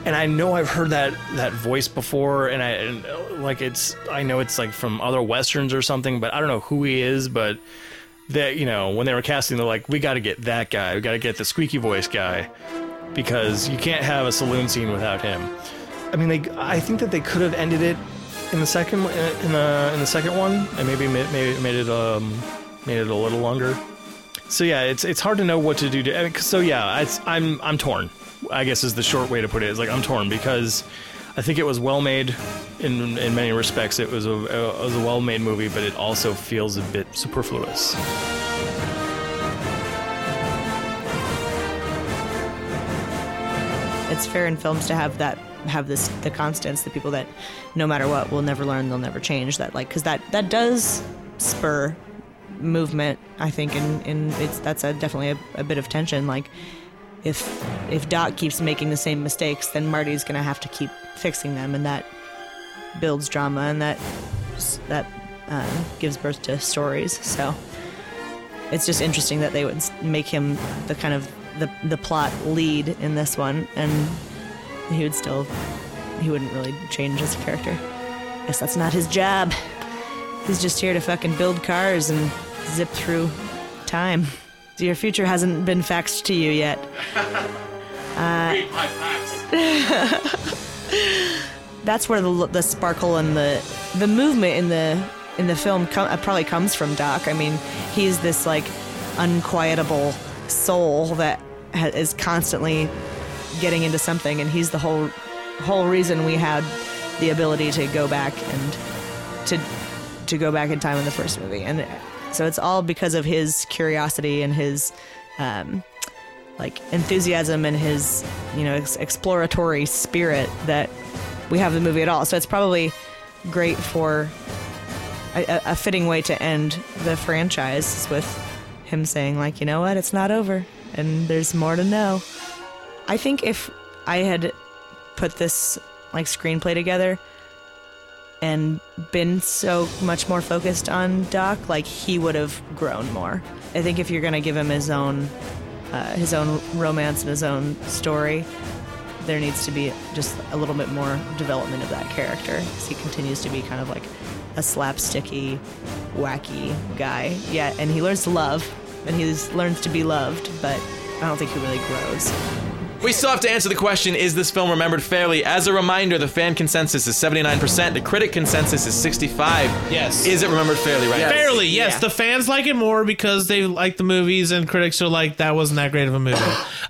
and I know I've heard that that voice before, and I and, uh, like it's I know it's like from other westerns or something, but I don't know who he is, but that you know when they were casting, they're like, we got to get that guy, we got to get the squeaky voice guy, because you can't have a saloon scene without him. I mean, they. I think that they could have ended it in the second uh, in the in the second one, and maybe ma- maybe made it um made it a little longer. So yeah, it's it's hard to know what to do. To, I mean, 'cause- so yeah, it's, I'm I'm torn. I guess is the short way to put it. It's like I'm torn because I think it was well made in in many respects. It was a, a it was a well made movie, but it also feels a bit superfluous. It's fair in films to have that have this the constants, the people that no matter what will never learn, they'll never change. That like because that that does spur movement. I think and and it's that's a definitely a, a bit of tension. Like if if Doc keeps making the same mistakes, then Marty's gonna have to keep fixing them, and that builds drama, and that that um, gives birth to stories. So it's just interesting that they would s- make him the kind of the the plot lead in this one, and he would still he wouldn't really change his character. Guess that's not his job. He's just here to fucking build cars and zip through time. Your future hasn't been faxed to you yet. that's where the l- the sparkle and the the movement in the in the film com- uh, probably comes from Doc. I mean, he's this like unquietable soul that ha- is constantly getting into something, and he's the whole whole reason we had the ability to go back and to to go back in time in the first movie, and so it's all because of his curiosity and his. Um, like enthusiasm and his, you know, ex- exploratory spirit that we have the movie at all. So it's probably great for a, a, a fitting way to end the franchise is with him saying, like, you know what, it's not over and there's more to know. I think if I had put this like screenplay together and been so much more focused on Doc, like he would have grown more. I think if you're gonna give him his own uh, his own romance and his own story, there needs to be just a little bit more development of that character because he continues to be kind of like a slapsticky, wacky guy. Yeah, and he learns to love, and he learns to be loved, but I don't think he really grows. We still have to answer the question Is this film remembered fairly? As a reminder, the fan consensus is 79%, the critic consensus is 65 Yes. Is it remembered fairly right now? Fairly, yes. The fans like it more because they like the movies, and critics are like, "That wasn't that great of a movie."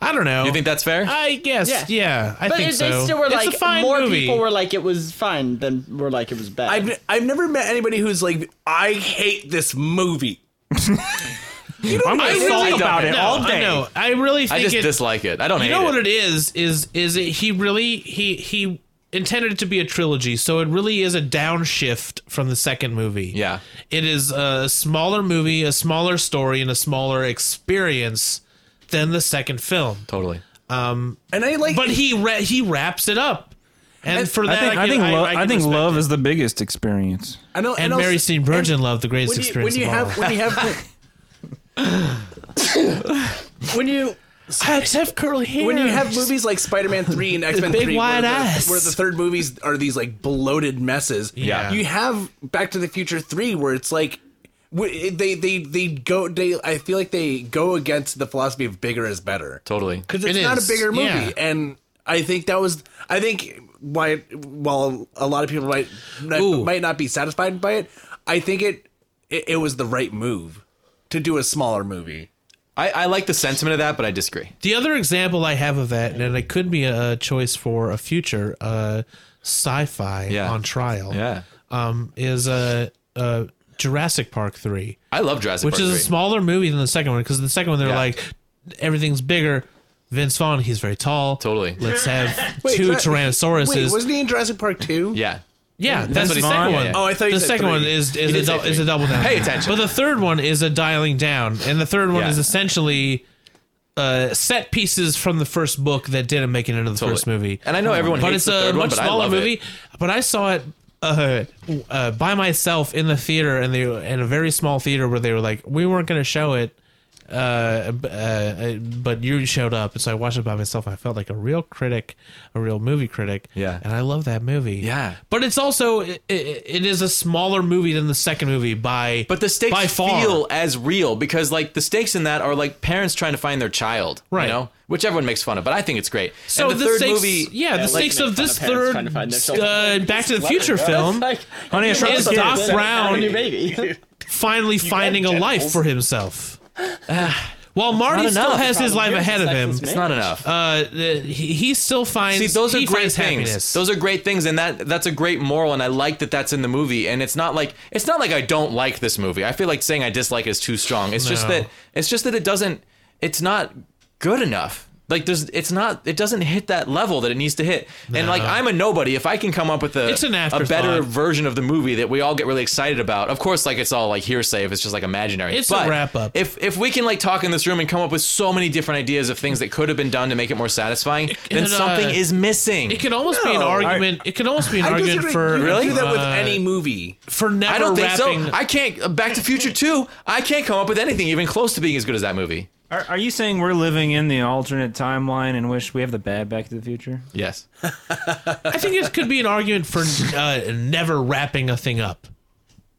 I don't know. You think that's fair? I guess, yeah. Yeah. I but think they so. still were it's like a fine more movie. people were like it was fine than were like it was bad. I've, I've never met anybody who's like, I hate this *laughs* movie. I'm gonna really talk don't about it know. all I day. know. I really I think just it, dislike it. I don't You hate know what it. it is? Is is it? He really he he intended it to be a trilogy, so it really is a downshift from the second movie. Yeah. it is a smaller movie, a smaller story, and a smaller experience than the second film. Totally. And I like. But he ra- he wraps it up, and for I that, I, think I can- think I, lo- I can I think respect love it. is the biggest experience. I know, and also- Mary Steen Virgin love the when greatest you, experience when you of have *laughs* all. when you have *laughs* when you I just have curly hair. when you have movies like Spider-Man Three and X-Men big Three, wide where, eyes. The, where the third movies are these like bloated messes, Yeah. you have Back to the Future Three, where it's like w- they they they go they I feel like they go against the philosophy of bigger is better Totally. because it's It not is, a bigger movie, yeah. and I think that was I think why while a lot of people might not, Ooh. might not be satisfied by it, I think it, it it was the right move to do a smaller movie. I, I like the sentiment of that, but I disagree. The other example I have of that, and it could be a choice for a future uh, sci-fi Yeah. on trial, Yeah. um, is uh, uh, Jurassic Park three, I love Jurassic which Park is a 3. smaller movie than the second one because the second one they're Yeah. like everything's bigger. Vince Vaughn, he's very tall. Totally. Let's have *laughs* Wait, two Jura- Tyrannosauruses. Wait, wasn't he in Jurassic Park Two? yeah. yeah, that's, what the he said. second Yeah, one. yeah. Oh, I thought you the said second three. one is is did a, say dou- is three. a double down. Pay attention. But the third one is a dialing down, and the third one Yeah. is essentially uh, set pieces from the first book that didn't make it into the Totally. first movie. And I know everyone but hates it's the a third one, much but I smaller love it. movie. But I saw it uh, uh, by myself in the theater, and they in a very small theater where they were like, we weren't going to show it. Uh, b- uh, uh, but you showed up, and so I watched it by myself. And I felt like a real critic, a real movie critic. Yeah. and I love that movie. Yeah. but it's also it, it, it is a smaller movie than the second movie by But the stakes by far. feel as real because like the stakes in that are like parents trying to find their child, Right. You know, which everyone makes fun of, but I think it's great. so and the, the, third stakes, movie, yeah, the like stakes make of fun this of parents third trying to find their uh, children. Back to the *laughs* Future film *laughs* Like, Honey, I Shrunk is the Kids. Doc Brown, Brown your baby. *laughs* *laughs* finally finding a life *sighs* for himself. Ah. While Marty still enough. has his life ahead of him, it's not enough. uh, the- he, he still finds See, those are he great finds things. Happiness. Those are great things, and that that's a great moral, and I like that that's in the movie. And it's not like it's not like I don't like this movie. I feel like saying I dislike is too strong. It's just No. that it's just that it doesn't. It's not good enough. Like there's, it's not. It doesn't hit that level that it needs to hit. And like I'm a nobody. If I can come up with a It's an a better afterthought. version of the movie that we all get really excited about. Of course, like it's all like hearsay. If it's just like imaginary. It's a But wrap-up. If if we can like talk in this room and come up with so many different ideas of things that could have been done to make it more satisfying, then could, uh, something is missing. It could almost be an argument. it could almost be an I argument disagree. for you can do that with uh, any movie. for never I don't think wrapping. so. I can't. uh, Back to Future Two. I can't come up with anything even close to being as good as that movie. Are, are you saying we're living in the alternate timeline in which we have the bad Back to the Future? Yes. I think it could be an argument for uh, never wrapping a thing up.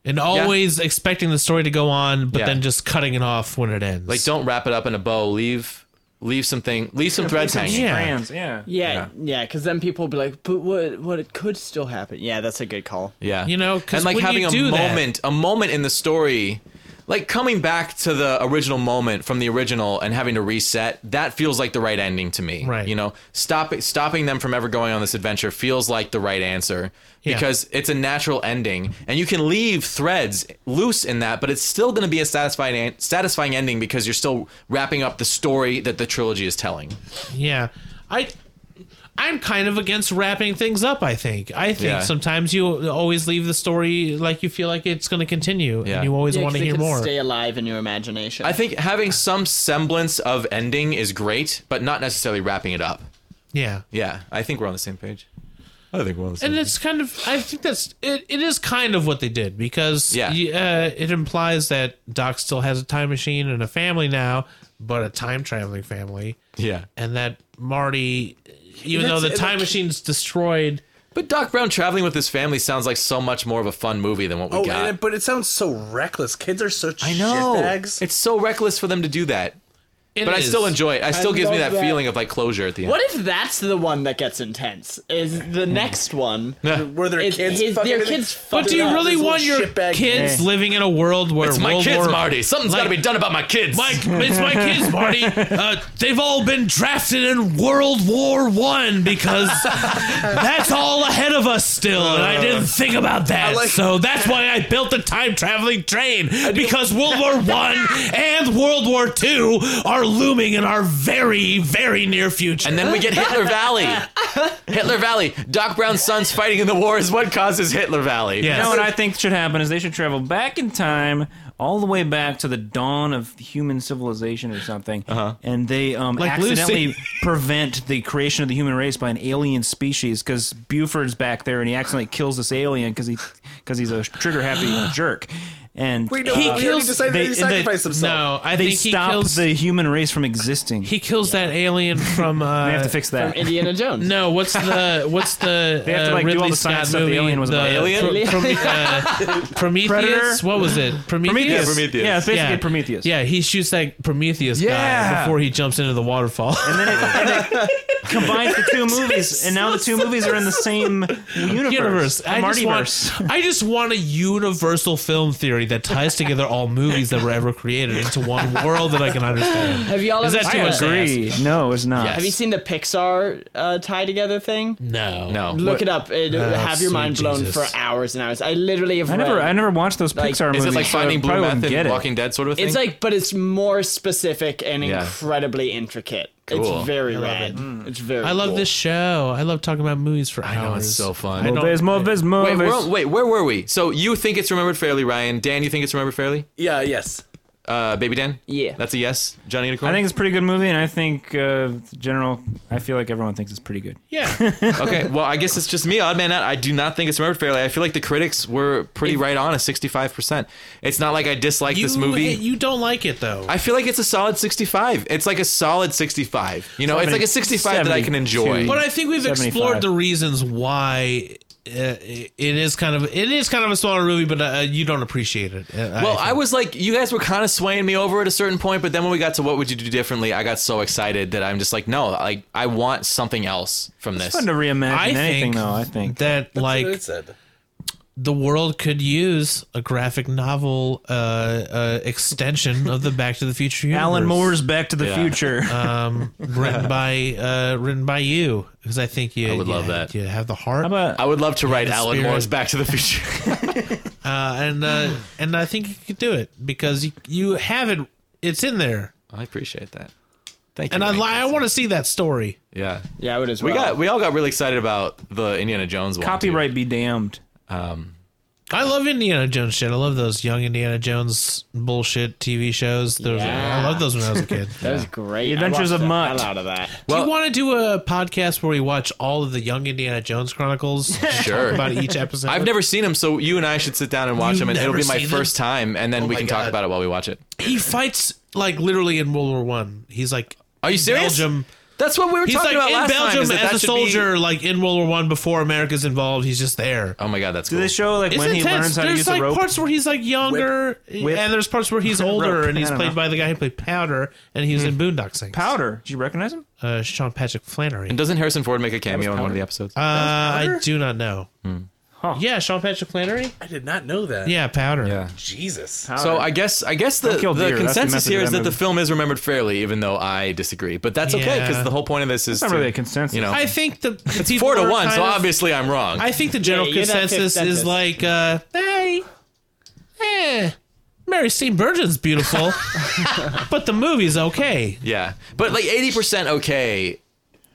And always expecting the story to go on, but Yeah. then just cutting it off when it ends. Like, don't wrap it up in a bow. Leave, leave something. Leave some threads hanging. Yeah. Trans, yeah. Yeah, yeah, because then people will be like, but what, what it could still happen. Yeah, that's a good call. Yeah. You know, 'cause and like when having you a do that- moment, a moment in the story, like coming back to the original moment from the original and having to reset, that feels like the right ending to me. Right. You know, stop stopping them from ever going on this adventure feels like the right answer Yeah. because it's a natural ending and you can leave threads loose in that, but it's still going to be a satisfying en- satisfying ending because you're still wrapping up the story that the trilogy is telling. Yeah. I I'm kind of against wrapping things up, I think. I think Yeah. sometimes you always leave the story like you feel like it's going to continue Yeah. and you always Yeah, want 'cause to it hear can more. Stay alive in your imagination. I think having some semblance of ending is great, but not necessarily wrapping it up. yeah. Yeah, I think we're on the same page. I think we're on the same. And it's kind of I think that's it, it is kind of what they did because Yeah. you- uh, it implies that Doc still has a time machine and a family now, but a time traveling family. yeah, and that Marty, even though the time machine's destroyed, but Doc Brown traveling with his family sounds like so much more of a fun movie than what we Oh, got. and, but it sounds so reckless. Kids are such I know shitbags. it's so reckless for them to do that. but I is. still enjoy it. I still gives me love that, that. feeling of like closure at the end. What if that's the one that gets intense? Is the Hmm. next one? Were there Is, kids? his, fucking their everything? kids fucking But do you up. really this want little your shitbag- kids living in a world where It's my World kids, War- Marty. Something's like- got to be done about my kids. My, it's my kids, Marty. Uh, they've all been drafted in World War One because that's all ahead of us still, and I didn't think about that. so that's why I built the time traveling train because World War One and World War Two are looming in our very, very near future. And then we get Hitler Valley. Hitler Valley. Doc Brown's sons fighting in the war is what causes Hitler Valley. yes. You know what I think should happen is they should travel back in time, all the way back to the dawn of human civilization or something, uh-huh. and they um, Like Lucy. accidentally *laughs* prevent the creation of the human race by an alien species because Buford's back there and he accidentally kills this alien because he because he's a trigger *gasps* happy jerk. And Wait, no, he already decided they- that he and they- sacrificed himself. No, I they think he stop kills. the human race from existing. he kills that alien *laughs* from. Uh, they have to fix that. Indiana Jones. No, what's the what's *laughs* the have to, uh, like, do all Ridley the Scott science stuff the movie? alien was about. Alien? Pro- Prome- *laughs* uh, Prometheus. Predator? What was it? Prometheus. Prometheus. Yeah, Prometheus. Yeah, it's basically yeah. Prometheus. Yeah, he shoots that Prometheus guy Yeah. before he jumps into the waterfall. And then it, and it combines the two movies, and now the two movies are in the same *laughs* universe. *laughs* universe. A I just, Martyverse. want, I just want a universal film theory that ties together all movies that were ever created into one world that I can *laughs* understand. Have y'all Is ever that seen too the- much to ask? No, it's not. Have you seen the Pixar uh, tie together thing? No, No. Ah, Look it up. It, Oh, have your sweet mind blown Jesus. for hours and hours. I literally have I never, read- I never watched those Like, Pixar movies. Is it like so Finding I Blue probably wouldn't Meth get and it. Walking Dead sort of thing? It's like, but it's more specific and Yeah. incredibly intricate. Cool. It's very rad. It's very. I love cool. this show. I love talking about movies for hours. know, it's so fun. I Well, don't- there's more of this wait, movies. we're on- wait, where were we? So you think it's remembered fairly, Ryan? Dan, you think it's remembered fairly? Yeah, yes. Uh, Baby Dan? Yeah. That's a yes. Johnny Unicorn? I think it's a pretty good movie, and I think uh, general. I feel like everyone thinks it's pretty good. *laughs* Yeah, Okay, well, I guess it's just me, odd man out. I do not think it's remembered fairly. I feel like the critics were pretty right on at 65%. It's not like I dislike you, this movie. You don't like it though. I feel like it's a solid 65. It's like a solid 65. You know, it's like a 65 that I can 72. enjoy. But I think we've 75. explored the reasons why uh, it is kind of it is kind of a smaller movie, but uh, you don't appreciate it. Uh, Well, I think. was like, you guys were kind of swaying me over at a certain point, but then when we got to what would you do differently, I got so excited that I'm just like, no, like I want something else from this. Fun to reimagine I anything, think though. I think. that like That's what it said. the world could use a graphic novel uh, uh, extension of the Back to the Future universe. *laughs* Alan Moore's Back to the Yeah. Future. *laughs* um, *laughs* written by uh, written by you, because I think you I would you, love that. You have the heart, How about I would love to write the Alan spirit. Moore's Back to the Future. *laughs* uh, and uh, and I think you could do it because you, you have it. It's in there, I appreciate that. Thank you. and I Mike. li- I want to see that story. Yeah. Yeah, I would as We well. got we all got really excited about the Indiana Jones one. too. copyright be damned? I love Indiana Jones shit. I love those young Indiana Jones bullshit TV shows. Those, Yeah. I loved those when I was a *laughs* kid. That was great. Adventures I watched of the hell Mutt. out of that. do Well- you want to do a podcast where we watch all of the young Indiana Jones *laughs* chronicles? Sure. about each episode. I've never seen him, so you and I should sit down and watch You've him, and it'll never be my seen Oh first time, and then we my can talk God. about it while we watch it. He fights like literally in World War One. He's like, Are you in serious? Belgium. That's what we were He's talking like about in last time. Belgium is that that as a should be- soldier, like in World War One before America's involved. He's just there. Oh my god, that's Do cool. they show like It's when he intense. learns how to There's use like a rope? parts where he's like younger, Whip. and there's parts where *laughs* he's Rope. older, and I he's don't played know. by the guy who played Powder, and he was Hmm. in Boondock Saints. Powder. Do you recognize him? uh, Sean Patrick Flannery. Doesn't Harrison Ford make a cameo in one of the episodes? Uh, I do not know. Hmm. Yeah, Sean Patrick Flannery. I did not know that. Yeah, Powder. Yeah. Jesus. So I guess I guess the, kill the deer. That's the consensus message here of is that that the movie. film is remembered fairly, even though I disagree. But that's okay Yeah. because the whole point of this is It's not to, really a consensus. You know, I think the, the people four to are one. kind So of- obviously I'm wrong. I think the general Yeah, you're that fifth consensus is dentist. like, uh, hey, eh, Mary St. Virgin's *laughs* beautiful, but the movie's okay. yeah, but like eighty percent okay.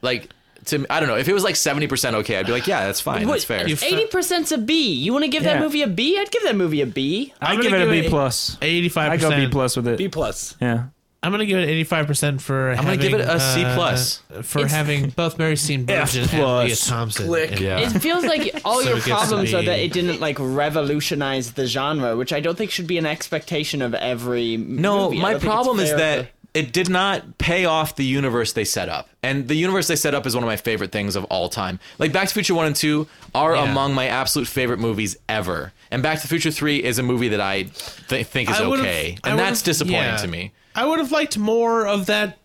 Like to I don't know if it was like seventy percent okay, I'd be like, yeah, that's fine, that's fair. you f- Eighty percent's a B. You want to give that Yeah. movie a B? I'd give that movie a B. I I'm give it gonna a give B it- plus. Eighty-five I go percent. B plus with it. B plus. Yeah. I'm gonna give it eighty-five percent for. I'm gonna give it a C plus. for having both Mary St. Virgin and Leah plus. Thompson. Click. in it. yeah. It feels *laughs* like all So your it gets to problems are be- that it didn't like revolutionize the genre, which I don't think should be an expectation of every. No, movie. I my don't think it's problem is fair that to- it did not pay off the universe they set up. And the universe they set up is one of my favorite things of all time. Like Back to the Future 1 and 2 are Yeah. among my absolute favorite movies ever. And Back to the Future 3 is a movie that I th- think is I would've- okay. I And would've- that's disappointing yeah. to me. I would have liked more of that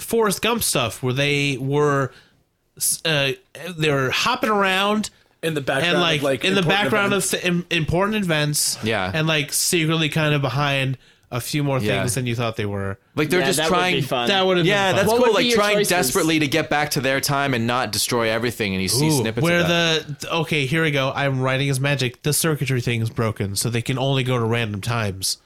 Forrest Gump stuff where they were uh, they were hopping around in the background, and of, like, like, in the important background events. of th- im- important events, Yeah. and like secretly kind of behind a few more Yeah. things than you thought they were. Like they're Yeah, just that trying. would be fun. That would have Yeah, been that's fun. would cool. be Like your trying choices? desperately to get back to their time and not destroy everything, and you see Ooh, snippets where of that. the th- okay, here we go. I'm writing as magic. The circuitry thing is broken, so they can only go to random times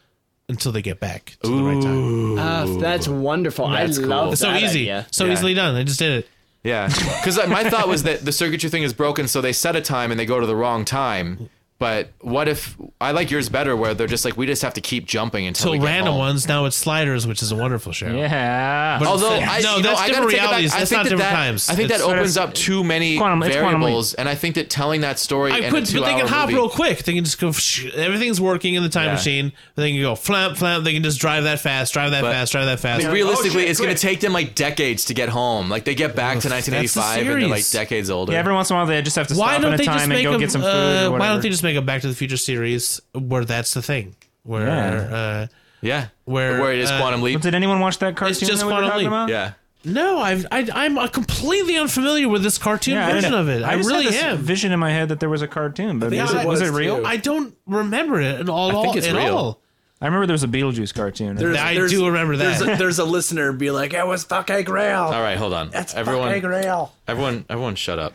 until they get back to the right time. Ah, that's wonderful. That's I cool. love It's so that easy, idea. so Yeah. easily done. I just did it. Yeah, because my thought was that the circuitry thing is broken, so they set a time and they go to the wrong time. But what if I like yours better, where they're just like we just have to keep jumping until So we get random home. ones. Now it's sliders, which is a wonderful show. Yeah. But Although it's- I, no, you know, that's I gotta different take it back. realities. I That's think not that different that- times. I think that It's- opens up too many Quantum- it's quantum leap. variables, and I think that telling that story. I in could, a but they can two-hour hop movie- real quick. They can just go. Sh- everything's working in the time Yeah. machine. They can go flamp, flamp. They can just drive that fast, drive that fast, drive that fast. Realistically, it's going to take them like decades to get home. Like they get back to that's the 1985 and they're like series. decades older. Yeah, every once in a while they just have to why stop don't at a they just time and make go a, get some food uh, or whatever. Why don't they just make a Back to the Future series where that's the thing? Where Yeah. uh, yeah, Where, where it is uh, quantum leap. Did anyone watch that cartoon just that we were Quantum talking Leap. about? Yeah, No, I've, I, I'm uh, completely unfamiliar with this cartoon Yeah, I version didn't- of it. I, just had really this am. Vision in my head that there was a cartoon, but think is I it, was was it real? too. I don't remember it at all. think it's at real. all. I remember there was a Beetlejuice cartoon. I do remember that. There's a, there's a listener be like, "It was fucking real." All right, hold on. That's everyone, fucking real. everyone, everyone, shut up.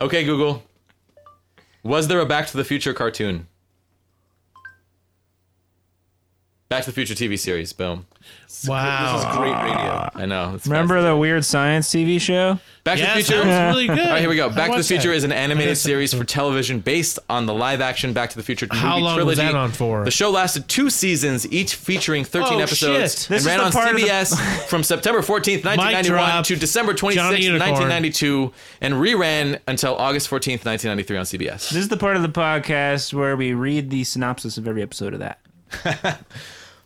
Okay, Google. Was there a Back to the Future cartoon? Back to the Future TV series. Boom. wow. Great radio. I know. it's Remember the weird science TV show? Back to the Yes, Future. that was really good. All right, here we go. I Back to the watched Future that. is an I animated guess that series for episode. television based on the live-action Back to the Future movie How long was trilogy. that on for? The show lasted two seasons, each featuring 13 Oh, episodes, shit. and This ran is the on part of the- CBS *laughs* from September 14th, drop. 1991 to December 26th, Johnny Unicorn. 1992, and reran until August 14th, 1993 on CBS. This is the part of the podcast where we read the synopsis of every episode of that.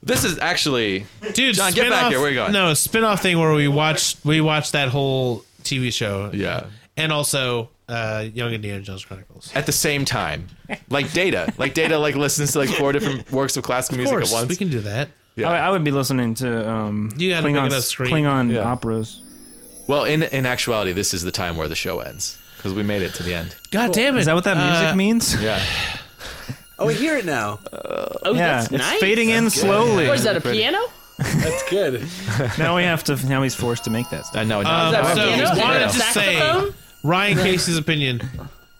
This is actually Dude, John, get back spin-off- here. Where are you going? No, spin off thing where we watched we watched that whole TV show. Yeah. And also uh, Young Indiana Jones Chronicles. at the same time, like Data, like Data, like listens to like four different works of classical Of music course, at once. we can do that. Yeah. I, I would be listening to um, You gotta Klingon, pick it up screen. Klingon Yeah. operas. Well, in in actuality, this is the time where the show ends because we made it to the end. God damn it. Is that what that music Uh, *laughs* means? Yeah. Oh, we hear it now. Oh, Yeah, that's it's nice. fading in slowly. Or is that a piano? Oh, That's good. now we have to. Now he's forced to make that. Stuff. I know. Um, that so, what it is? wanted Yeah. to say Saxophone? Ryan Casey's opinion.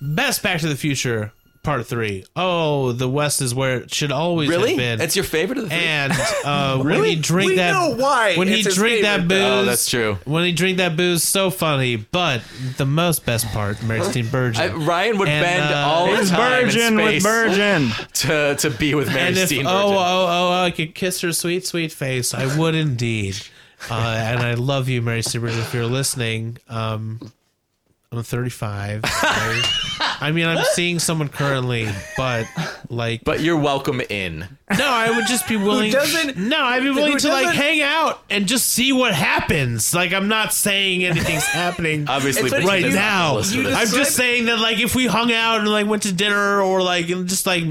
Best Back to the Future Part Three. Oh, the West is where it should always really? have been. That's your favorite of the three? *laughs* and uh, when he drink We that, know why when he it's his drink that favorite, booze, though. Oh, that's true. When he drink that booze, so funny. But the most best part, Meredith Burgeon. *laughs* I, Ryan would And, bend uh, all his time Virgin and with space Virgin. to to be with Mary and if oh Steenburgen. oh oh I could kiss her sweet sweet face, I would indeed. Uh, and I love you, Mary Steenburgen. If you're listening, um, I'm 35. *laughs* I, I mean, I'm seeing someone currently, but like, But you're welcome in. no, I would just be willing. doesn't- no, I'd be willing who to like doesn't- hang out and just see what happens. Like, I'm not saying *laughs* anything's happening. Obviously, It's like right Bridget now. doesn't listen to I'm this. just saying that, like, if we hung out and like went to dinner or like and just like, are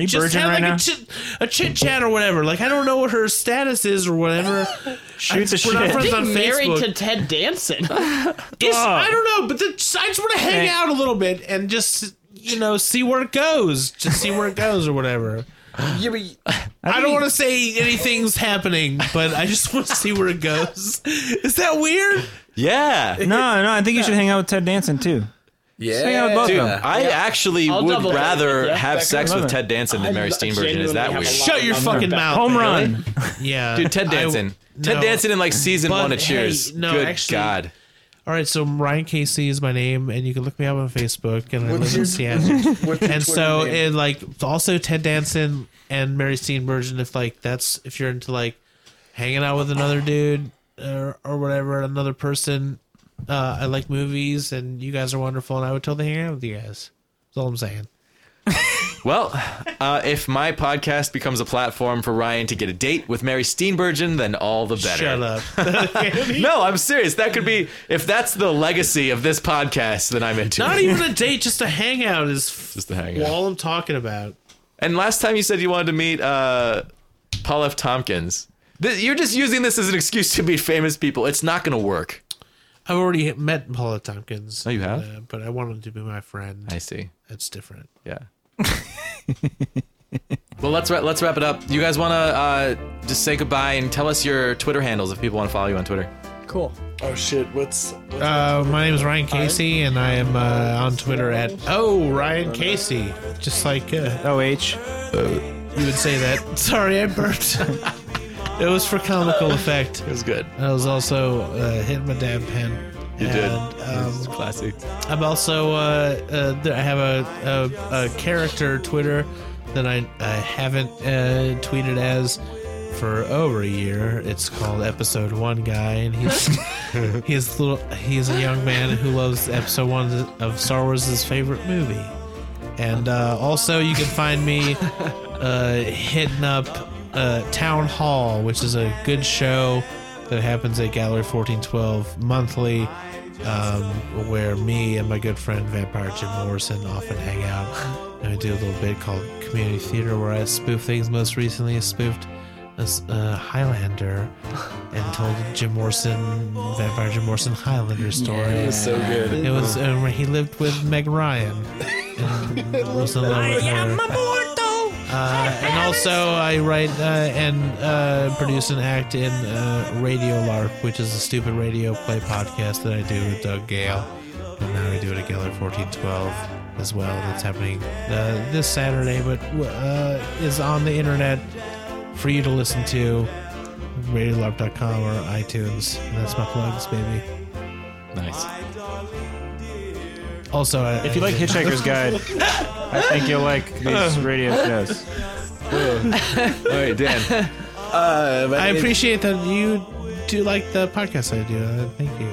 you just virgin had, right like, now? A, chit, a chit chat or whatever. Like, I don't know what her status is or whatever. *laughs* Shoot the We're not shit. friends on Being married Facebook. to Ted Danson. *laughs* Yes, I don't know, but the, I just want to hang out a little bit and just you know see where it goes, just see where it goes or whatever. Yeah, but I don't want to say anything's happening, but I just want to see where it goes. Is that weird? Yeah. No, no. I think you should hang out with Ted Danson too. yeah. Hang out with both Dude, of them. I actually I'll would double- rather yeah, have sex with eleven. Ted Danson than Mary Steenburgen. Is that weird? Shut your fucking mouth. Home man. run. Yeah. Dude, Ted I- Danson. Ted no. Danson in like season But, one of hey, Cheers. no, Good actually- God. All right, so Ryan Casey is my name, and you can look me up on Facebook, and I live in Seattle. and so, and like, also Ted Danson and Mary Steenburgen, if like that's if you're into like hanging out with another dude or, or whatever, another person. Uh, I like movies, and you guys are wonderful, and I would totally hang out with you guys. That's all I'm saying. Well, uh, if my podcast becomes a platform for Ryan to get a date with Mary Steenburgen, then all the better. Shut up. *laughs* No, I'm serious. That could be if that's the legacy of this podcast, then I'm into. Not it. even a date, just a hangout is Just a hangout. all I'm talking about. And last time you said you wanted to meet uh, Paul F. Tompkins. Th- you're just using this as an excuse to meet famous people. It's not going to work. I've already met Paula Tompkins. Oh, you have? uh, but I wanted to be my friend. I see. That's different. Yeah. *laughs* well, let's ra- let's wrap it up. You guys want to uh, just say goodbye and tell us your Twitter handles if people want to follow you on Twitter. Cool. Oh shit! What's, what's Uh, my name is Ryan Casey, and I am uh, on Twitter at oh Ryan Casey, just like uh, Oh, H. you would say that. *laughs* Sorry, I burped. *laughs* it was for comical effect. It was good. I was also uh, hitting my damn pen. You did. Um, Classic. I'm also uh, uh, th- I have a, a, a character Twitter that I, I haven't uh, tweeted as for over a year. It's called Episode One Guy, and he's he's little he's a young man who loves Episode One of Star Wars' his favorite movie. And uh, also, you can find me uh, hitting up uh, Town Hall, which is a good show that happens at Gallery 1412 monthly, um, where me and my good friend Vampire Jim Morrison often hang out. *laughs* And we do a little bit called Community Theater where I spoof things. Most recently, I spoofed a s- uh, Highlander and told Jim Morrison, Vampire Jim Morrison Highlander story. so good? It was um, where he lived with Meg Ryan. And was in love with her. Uh, and also, I write uh, and uh, produce and act in uh, Radio LARP, which is a stupid radio play podcast that I do with Doug Gale. And now we do it together, 1412, as well. That's happening uh, this Saturday, but uh, is on the internet for you to listen to. RadioLARP.com or iTunes. And that's my plugs, baby. Nice. Also, I, If you like Hitchhiker's Guide, I think you'll like these radio shows. All right, Dan. I appreciate that you do like the podcast I do. Uh, thank you.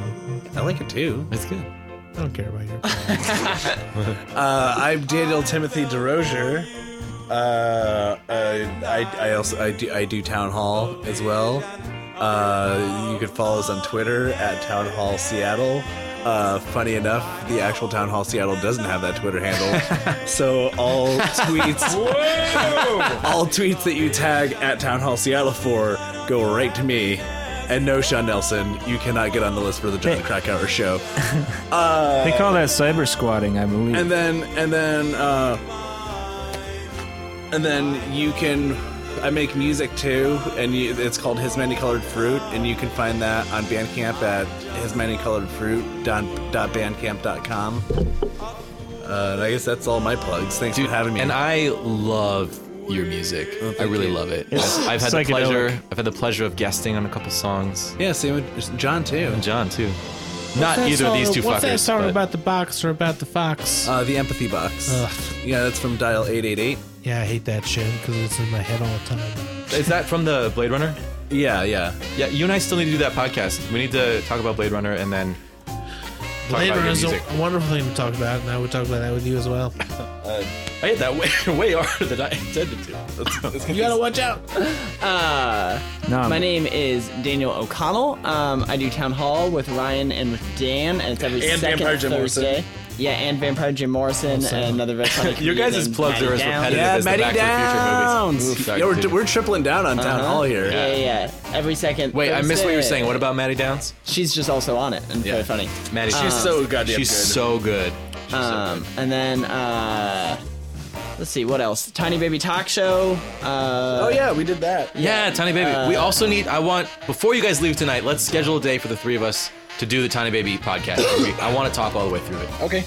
I like it too. That's good. I don't care about your. Uh, I'm Daniel Timothy DeRozier. Uh, uh, I, I also I do, I do town hall as well. Uh, you can follow us on Twitter at Town Hall Seattle. Uh, funny enough, the actual Town Hall Seattle doesn't have that Twitter handle, so all tweets, *laughs* all tweets that you tag at Town Hall Seattle for go right to me. And no, Sean Nelson, you cannot get on the list for the John Krakauer show. They call that cyber squatting, I believe. and then and then uh, and then you can I make music too, and you, it's called His Many Colored Fruit, and you can find that on Bandcamp at hismanycoloredfruit.bandcamp.com. Uh, and I guess that's all my plugs. Thanks for having me. And I love your music. I really love it. I've, I've had the psychedelic. pleasure. I've had the pleasure of guesting on a couple songs. yeah, same with John too. And John too. Not either of these two What's fuckers. that song but- about the box or about the fox? Uh, the Empathy Box. Ugh. Yeah, that's from Dial 888. yeah, I hate that shit because it's in my head all the time. Is that from the Blade Runner? Yeah, yeah. Yeah, you and I still need to do that podcast. We need to talk about Blade Runner and then talk Blade about Runner your is a music. wonderful thing to talk about, and I would talk about that with you as well. I hit that way, *laughs* way harder than I intended to. *laughs* you gotta watch out. Um, no, My name is Daniel O'Connell. Um, I do Town Hall with Ryan and with Dan, and it's every And second Vampire Jim Morrison. Thursday. Yeah, and Vampire Jim Morrison, another Vampire. *laughs* Your guys' plugs are as repetitive Yeah, as the Matty Back to the Future movies. Yeah, Sorry, we're, continue. we're tripling down on Town Hall here. Uh-huh. Yeah, yeah, yeah. Every second. Wait, I missed what you were Thursday. saying. What about Maddie Downs? She's just also on it and Yeah. very funny. Maddie, she's so goddamn She's good. so good. She's so Um, and then uh, let's see what else. Tiny Baby Talk Show. Uh, Oh yeah, we did that. Yeah, Tiny Baby. we also need. I want before you guys leave tonight. Let's schedule a day for the three of us to do the Tiny Baby podcast. We- I want to talk all the way through it. Okay.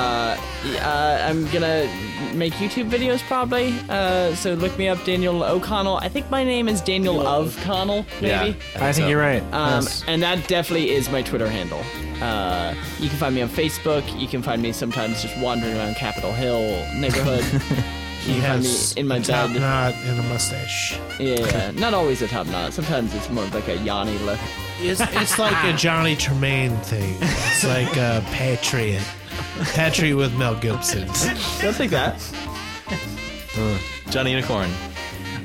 uh, I'm gonna make YouTube videos probably. Uh, so look me up, Daniel O'Connell. I think my name is Daniel of Connell, maybe. I think so. you're uh, right. Um, Yes. and that definitely is my Twitter handle. Uh, you can find me on Facebook. You can find me sometimes just wandering around Capitol Hill neighborhood. you can find me Yes, in my a top bed. knot and a mustache. Yeah, yeah, not always a top knot. Sometimes it's more of like a Yanni look. It's, it's like a Johnny Tremaine thing. It's like a Patriot. Patriot with Mel Gibson. Don't think that. Johnny Unicorn.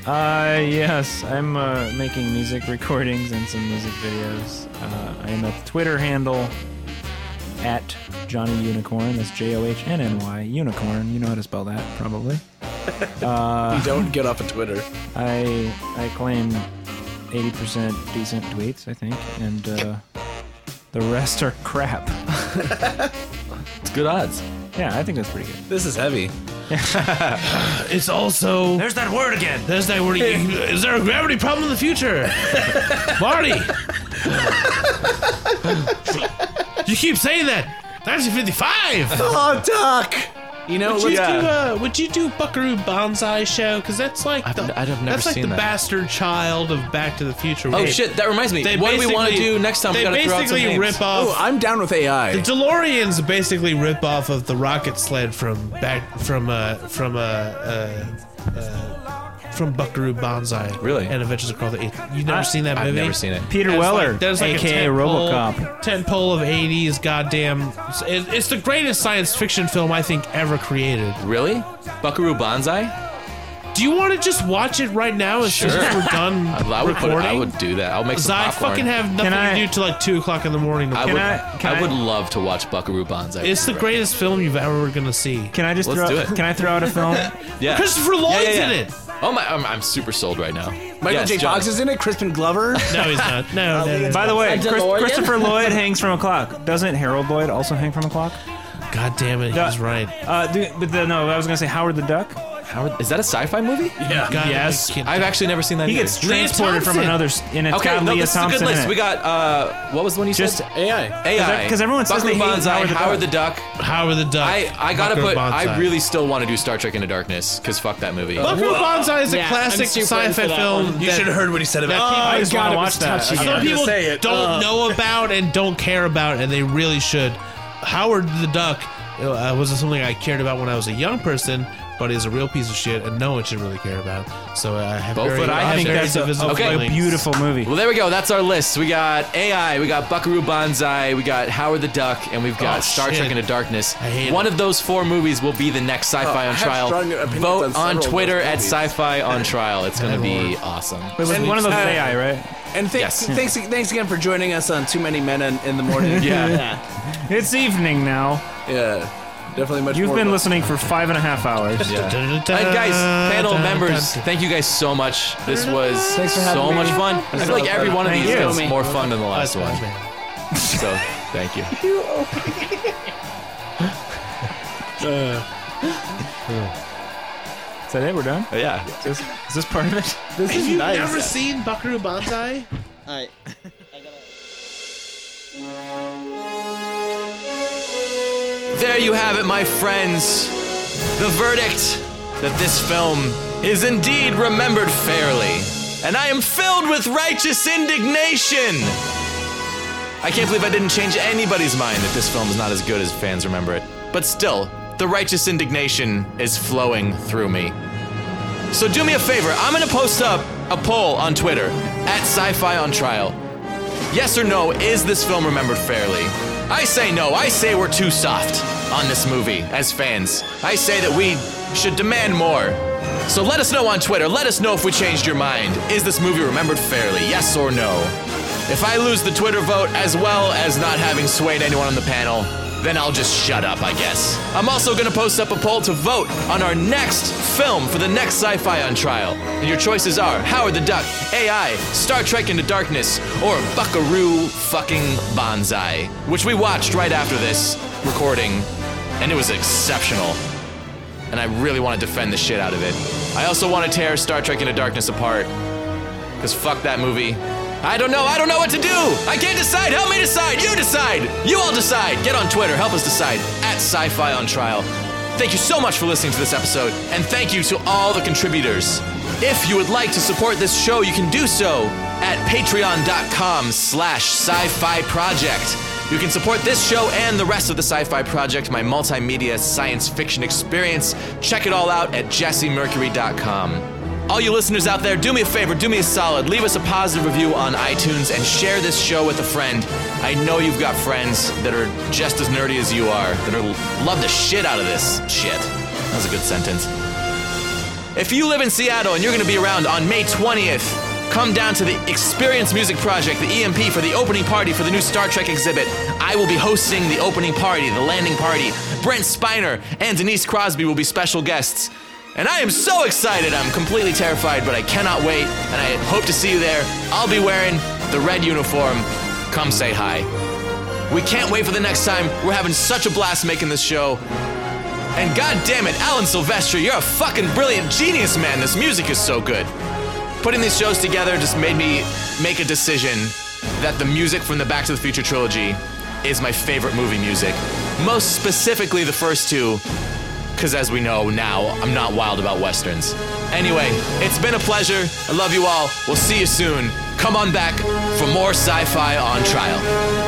Uh, yes, I'm uh, making music recordings and some music videos. Uh, I am at the Twitter handle at Johnny Unicorn. That's J O H N N Y Unicorn. You know how to spell that, probably. Don't get off of Twitter. I I claim 80% decent tweets, I think, and uh, the rest *laughs* are crap. It's good odds. Yeah, I think that's pretty good. This is heavy. It's also There's that word again. there's that word. *laughs* Is there a gravity problem in the future, Marty? you keep saying that. 1955. Oh, Doc! You know, Would you, Oh, Yeah. do, uh, would you do Buckaroo Banzai show? Because that's like I've the, n- I'd have never that's like seen the that. bastard child of Back to the Future. Oh Hey, shit, that reminds me. They What do we want to basically- do next time? We They gotta throw out some basically names. rip off. oh, I'm down with AI. The DeLorean's basically rip off of the rocket sled from back from uh from uh, uh, uh from Buckaroo Banzai. Really? And Adventures of Carl the Eighth. You've never seen that I've movie? never seen it. Peter There's Weller, like, there's like aka a tentpole- RoboCop. tentpole of '80s goddamn. It's, it's the greatest science fiction film I think ever created. Really? Buckaroo Banzai? Do you want to just watch it right now as soon as Sure. we're done *laughs* I, I would put, recording? I would do that. I'll make 'Cause some I popcorn. fucking have nothing I- to do till like two o'clock in the morning. I to- would, I- can I I- would love to watch Buckaroo Banzai. it's the greatest film you've ever gonna see. Can I just Let's throw? do it. Can I throw out a *laughs* film? Yeah. Christopher Lloyd's Yeah, yeah, in yeah. it. Oh my! I'm, I'm super sold right now. Michael Yes, J. John. Fox is in it. Crispin Glover. No, he's not. No, no, no. By the way, A Chris, DeLorean? Christopher Lloyd hangs from a clock. Doesn't Harold Lloyd also hang from a clock? God damn it, Yeah. he's right. Uh, do, but the, no, I was gonna say Howard the Duck. Howard, is that a sci-fi movie? God, Yes. I can't- I've actually never seen that. He either. gets transported from Thompson. another, s- and it's Okay, got no, Leah this Thompson is a good in list. it. We got uh, what was the one you Just said? AI. AI. 'cause everyone says Buckaroo they hate Banzai, Howard the Duck. Howard the Howard Duck. the Duck. I, I gotta Buckaroo put. Banzai. I really still want to do Star Trek Into Darkness because fuck that movie. Buckaroo Banzai is a Yeah, classic I'm super sci-fi into that film. one. that heard what he said that people- I just want to watch that. some again. people say it. don't Uh. know about and don't care about, and they really should. Howard the Duck uh, wasn't something I cared about when I was a young person, but is a real piece of shit, and no one should really care about. So uh, I have Both very, would I have have very shared. divisive Okay. feelings. A beautiful movie. Well, there we go. That's our list. We got AI, we got Buckaroo Banzai, we got Howard the Duck, and we've got Oh, Star shit. Trek Into Darkness. I hate One it. of those four movies will be the next Sci Fi Oh, I on have Trial. strong opinions on Vote several on of those Twitter at movies. Sci Fi on Trial. It's going to be awesome. It was And one of those it's- AI, right? And th- Yes. thanks, thanks again for joining us on Too Many Men in, in the Morning. Yeah. It's evening now. yeah, definitely much. You've more been about- listening for five and a half hours. And guys, panel Da-da-da-da-da-da. members, thank you guys so much. This was so much fun. I feel like every one of Thank these you. is more fun than the That's last one. fine, man. So, thank you. *laughs* Is that it? We're done? Yeah. Is, is this part of it? This is nice. Ever seen Buckaroo Banzai? All right. There you have it, my friends. The verdict that this film is indeed remembered fairly. And I am filled with righteous indignation. I can't believe I didn't change anybody's mind that this film is not as good as fans remember it. But still, the righteous indignation is flowing through me. So do me a favor, I'm gonna post up a poll on Twitter at sci fi on trial. Yes or no, is this film remembered fairly? I say no. I say we're too soft on this movie as fans. I say that we should demand more. So let us know on Twitter. Let us know if we changed your mind. Is this movie remembered fairly? Yes or no? If I lose the Twitter vote as well as not having swayed anyone on the panel, then I'll just shut up, I guess. I'm also going to post up a poll to vote on our next film for the next sci fi on trial. And your choices are Howard the Duck, AI, Star Trek Into Darkness, or Buckaroo fucking Banzai, which we watched right after this recording, and it was exceptional and I really want to defend the shit out of it. I also want to tear Star Trek Into Darkness apart, because fuck that movie. I don't know, I don't know what to do! I can't decide! Help me decide! You decide! You all decide! Get on Twitter, help us decide, at Sci Fi on Trial. Thank you so much for listening to this episode, and thank you to all the contributors. If you would like to support this show, you can do so at patreon.com slash sci-fi project. You can support this show and the rest of the Sci Fi Project, my multimedia science fiction experience. Check it all out at jessemercury.com. All you listeners out there, do me a favor, do me a solid, leave us a positive review on iTunes and share this show with a friend. I know you've got friends that are just as nerdy as you are, that are love the shit out of this shit. That was a good sentence. If you live in Seattle and you're going to be around on May 20th, come down to the Experience Music Project, the EMP, for the opening party for the new Star Trek exhibit. I will be hosting the opening party, the landing party. Brent Spiner and Denise Crosby will be special guests. And I am so excited. I'm completely terrified, but I cannot wait. And I hope to see you there. I'll be wearing the red uniform. Come say hi. We can't wait for the next time. We're having such a blast making this show. And god damn it, Alan Silvestri, you're a fucking brilliant genius, man. This music is so good. Putting these shows together just made me make a decision that the music from the Back to the Future trilogy is my favorite movie music. Most specifically, the first two, because as we know now, I'm not wild about westerns. Anyway, it's been a pleasure. I love you all. We'll see you soon. Come on back for more sci fi on trial.